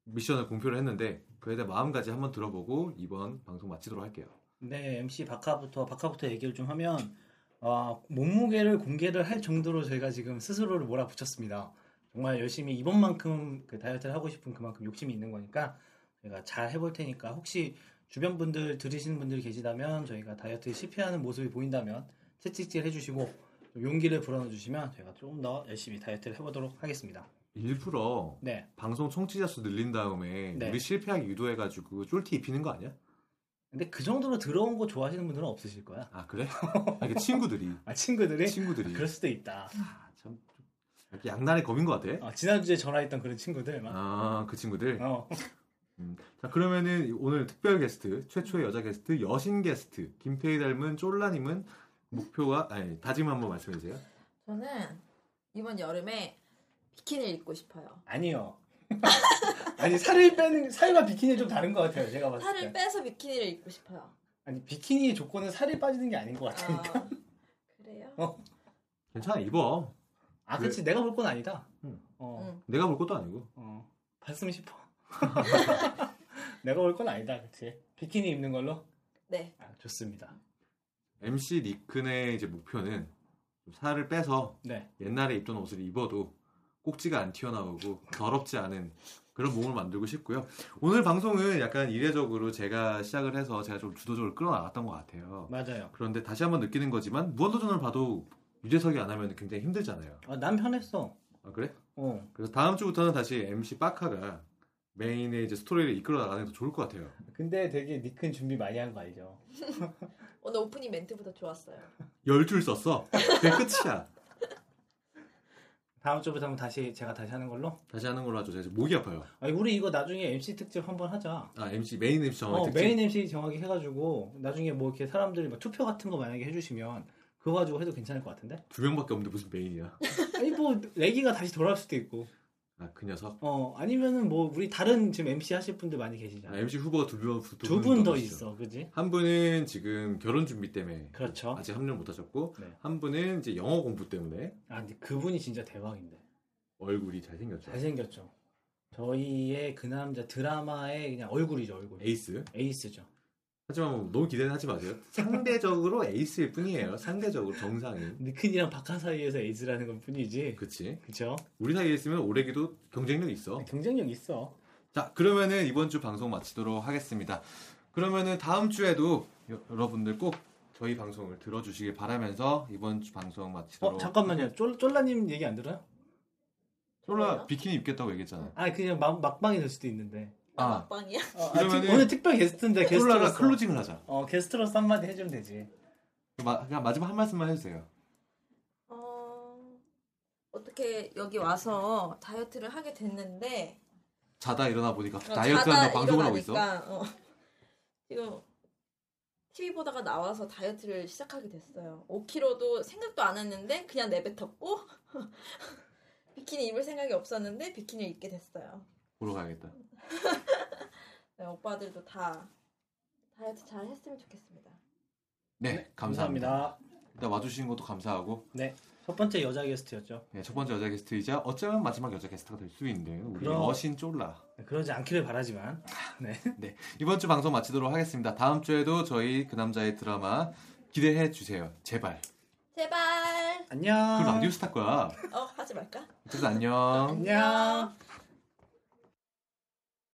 [SPEAKER 1] 미션을 공표를 했는데 그에 대한 마음까지 한번 들어보고 이번 방송 마치도록 할게요.
[SPEAKER 2] 네, MC 박하부터 박하부터 얘기를 좀 하면 아, 몸무게를 공개를 할 정도로 저희가 지금 스스로를 몰아붙였습니다. 정말 열심히 이번만큼 그 다이어트를 하고 싶은 그만큼 욕심이 있는 거니까 저희가 잘 해볼 테니까 혹시 주변 분들 들으시는 분들 계시다면 저희가 다이어트에 실패하는 모습이 보인다면 채찍질 해주시고 좀 용기를 불어넣어 주시면 저희가 조금 더 열심히 다이어트를 해보도록 하겠습니다.
[SPEAKER 1] 일부러
[SPEAKER 2] 네,
[SPEAKER 1] 방송 청취자 수 늘린 다음에
[SPEAKER 2] 네.
[SPEAKER 1] 우리 실패하기 유도해가지고 쫄티 입히는 거 아니야?
[SPEAKER 2] 근데 그 정도로 들어온 거 좋아하시는 분들은 없으실 거야.
[SPEAKER 1] 아 그래? 아, 이게
[SPEAKER 2] [LAUGHS]
[SPEAKER 1] 친구들이
[SPEAKER 2] 아, 친구들이?
[SPEAKER 1] 친구들이
[SPEAKER 2] 그럴 수도 있다.
[SPEAKER 1] 아, 참 약간 양날의 검인 것 같아.
[SPEAKER 2] 어, 지난주에 전화했던 그런 친구들 막.
[SPEAKER 1] 아 그 친구들
[SPEAKER 2] 어.
[SPEAKER 1] 자 그러면은 오늘 특별 게스트 최초의 여자 게스트 여신 게스트 김태희 닮은 쫄라님은 목표와 아니 다짐 한번 말씀해 주세요.
[SPEAKER 3] 저는 이번 여름에 비키니를 입고 싶어요.
[SPEAKER 2] 아니요. [LAUGHS] 아니 살을 뺀 살과 비키니 좀 다른 것 같아요. 제가 봤을 때.
[SPEAKER 3] 살을 빼서 비키니를 입고 싶어요.
[SPEAKER 2] 아니 비키니의 조건은 살이 빠지는 게 아닌 어. 것
[SPEAKER 3] 아,
[SPEAKER 2] 같으니까.
[SPEAKER 3] 그래요?
[SPEAKER 1] 괜찮아 입어.
[SPEAKER 2] 아, 그렇지. 내가 볼 건 아니다.
[SPEAKER 1] 음.
[SPEAKER 2] 어,
[SPEAKER 3] 응.
[SPEAKER 1] 내가 볼 것도 아니고.
[SPEAKER 2] 어. 봤으면 싶어. [LAUGHS] 내가 볼 건 아니다. 그렇지. 비키니 입는 걸로.
[SPEAKER 3] 네.
[SPEAKER 2] 아, 좋습니다.
[SPEAKER 1] MC 니큰의 이제 목표는 좀 살을 빼서
[SPEAKER 2] 네.
[SPEAKER 1] 옛날에 입던 옷을 입어도 꼭지가 안 튀어나오고 더럽지 않은 그런 몸을 만들고 싶고요. 오늘 방송은 약간 이례적으로 제가 시작을 해서 제가 좀 주도적으로 끌어나갔던 것 같아요.
[SPEAKER 2] 맞아요.
[SPEAKER 1] 그런데 다시 한번 느끼는 거지만 무한도전을 봐도 유재석이 안 하면 굉장히 힘들잖아요.
[SPEAKER 2] 아, 난 편했어.
[SPEAKER 1] 아, 그래?
[SPEAKER 2] 어.
[SPEAKER 1] 그래서 다음 주부터는 다시 MC 빠카가 메인의 이제 스토리를 이끌어 나가는 게 더 좋을 것 같아요.
[SPEAKER 2] 근데 되게 니큰 준비 많이 한 거 알죠?
[SPEAKER 3] 오늘 오프닝 멘트보다 좋았어요.
[SPEAKER 1] 열 줄 썼어. 그게 끝이야.
[SPEAKER 2] 다음 주부터 는 다시 제가 다시 하는 걸로.
[SPEAKER 1] 다시 하는 걸로 하죠. 제가 지금 목이 아파요.
[SPEAKER 2] 아니, 우리 이거 나중에 MC 특집 한번 하자.
[SPEAKER 1] 아, MC 메인 MC 정말
[SPEAKER 2] 어,
[SPEAKER 1] 특집.
[SPEAKER 2] 메인 MC 정하게 해가지고 나중에 뭐 이렇게 사람들이 막 투표 같은 거 만약에 해주시면 그거 가지고 해도 괜찮을 것 같은데?
[SPEAKER 1] 두 명밖에 없는데 무슨 메인이야?
[SPEAKER 2] 아니 뭐 레기가 다시 돌아올 수도 있고
[SPEAKER 1] 아, 그 녀석.
[SPEAKER 2] 어 아니면은 뭐 우리 다른 지금 MC 하실 분들 많이
[SPEAKER 1] 아,
[SPEAKER 2] 계시잖아요
[SPEAKER 1] MC 후보가 두분두
[SPEAKER 2] 두 분 더 있어 그지
[SPEAKER 1] 한 분은 지금 결혼 준비 때문에
[SPEAKER 2] 그렇죠
[SPEAKER 1] 아직 합류 못 하셨고
[SPEAKER 2] 네.
[SPEAKER 1] 한 분은 이제 영어 공부 때문에
[SPEAKER 2] 아 근데 그분이 진짜 대박인데
[SPEAKER 1] 얼굴이 잘생겼죠.
[SPEAKER 2] 잘생겼죠 저희의 그 남자 드라마의 그냥 얼굴이죠 얼굴
[SPEAKER 1] 에이스.
[SPEAKER 2] 에이스죠
[SPEAKER 1] 하지만 뭐 너무 기대는 하지 마세요. 상대적으로 에이스일 뿐이에요. 상대적으로 정상인.
[SPEAKER 2] 니큰이랑 박하 사이에서 에이스라는 것 뿐이지
[SPEAKER 1] 그치.
[SPEAKER 2] 그쵸
[SPEAKER 1] 우리 사이에 있으면 올해기도 경쟁력 있어.
[SPEAKER 2] 경쟁력 네, 있어
[SPEAKER 1] 자, 그러면은 이번 주 방송 마치도록 하겠습니다. 그러면은 다음 주에도 여, 러분들꼭 저희 방송을 들어주시길 바라면서 이번 주 방송 마치도록.
[SPEAKER 2] 어 잠깐만요 쫄, 쫄라님 얘기 안 들어요?
[SPEAKER 1] 솔라 비키니 입겠다고 얘기했잖아.
[SPEAKER 2] 아 그냥 막, 막방이 될 수도 있는데
[SPEAKER 1] 아,
[SPEAKER 3] 빵이야?
[SPEAKER 2] 어, 아,
[SPEAKER 1] 그러면은
[SPEAKER 2] 지금 오늘 특별 게스트인데
[SPEAKER 1] 솔라가
[SPEAKER 2] 게스트로서
[SPEAKER 1] 클로징을 하자.
[SPEAKER 2] 어 게스트로서 한마디 해주면 되지
[SPEAKER 1] 마, 그냥 마지막 한 말씀만 해주세요.
[SPEAKER 3] 어, 어떻게 여기 와서 다이어트를 하게 됐는데
[SPEAKER 1] 자다 일어나 보니까
[SPEAKER 3] 어,
[SPEAKER 1] 다이어트
[SPEAKER 3] 자다
[SPEAKER 1] 한다 방송을 하고 있어.
[SPEAKER 3] 일어나니까, [LAUGHS] 어. 지금 TV 보다가 나와서 다이어트를 시작하게 됐어요. 5kg도 생각도 안 했는데 그냥 내뱉었고 [LAUGHS] 비키니 입을 생각이 없었는데 비키니를 입게 됐어요.
[SPEAKER 1] 보러 가야겠다.
[SPEAKER 3] 네, 오빠들도 다 다이어트 잘 했으면 좋겠습니다.
[SPEAKER 1] 네, 감사합니다.
[SPEAKER 2] 감사합니다.
[SPEAKER 1] 일단 와주신 것도 감사하고
[SPEAKER 2] 네. 첫 번째 여자 게스트였죠.
[SPEAKER 1] 네, 첫 번째 여자 게스트이자 어쩌면 마지막 여자 게스트가 될 수 있는 우리
[SPEAKER 2] 그럼.
[SPEAKER 1] 여신 쫄라.
[SPEAKER 2] 네, 그러지 않기를 바라지만.
[SPEAKER 1] 네, 이번 주 방송 마치도록 하겠습니다. 다음 주에도 저희 그 남자의 드라마 기대해 주세요. 제발.
[SPEAKER 3] 제발
[SPEAKER 2] 안녕. 아.
[SPEAKER 1] 그 라디오 스타 거야.
[SPEAKER 3] 어 하지 말까?
[SPEAKER 1] 어쨌든 안녕.
[SPEAKER 2] 안녕.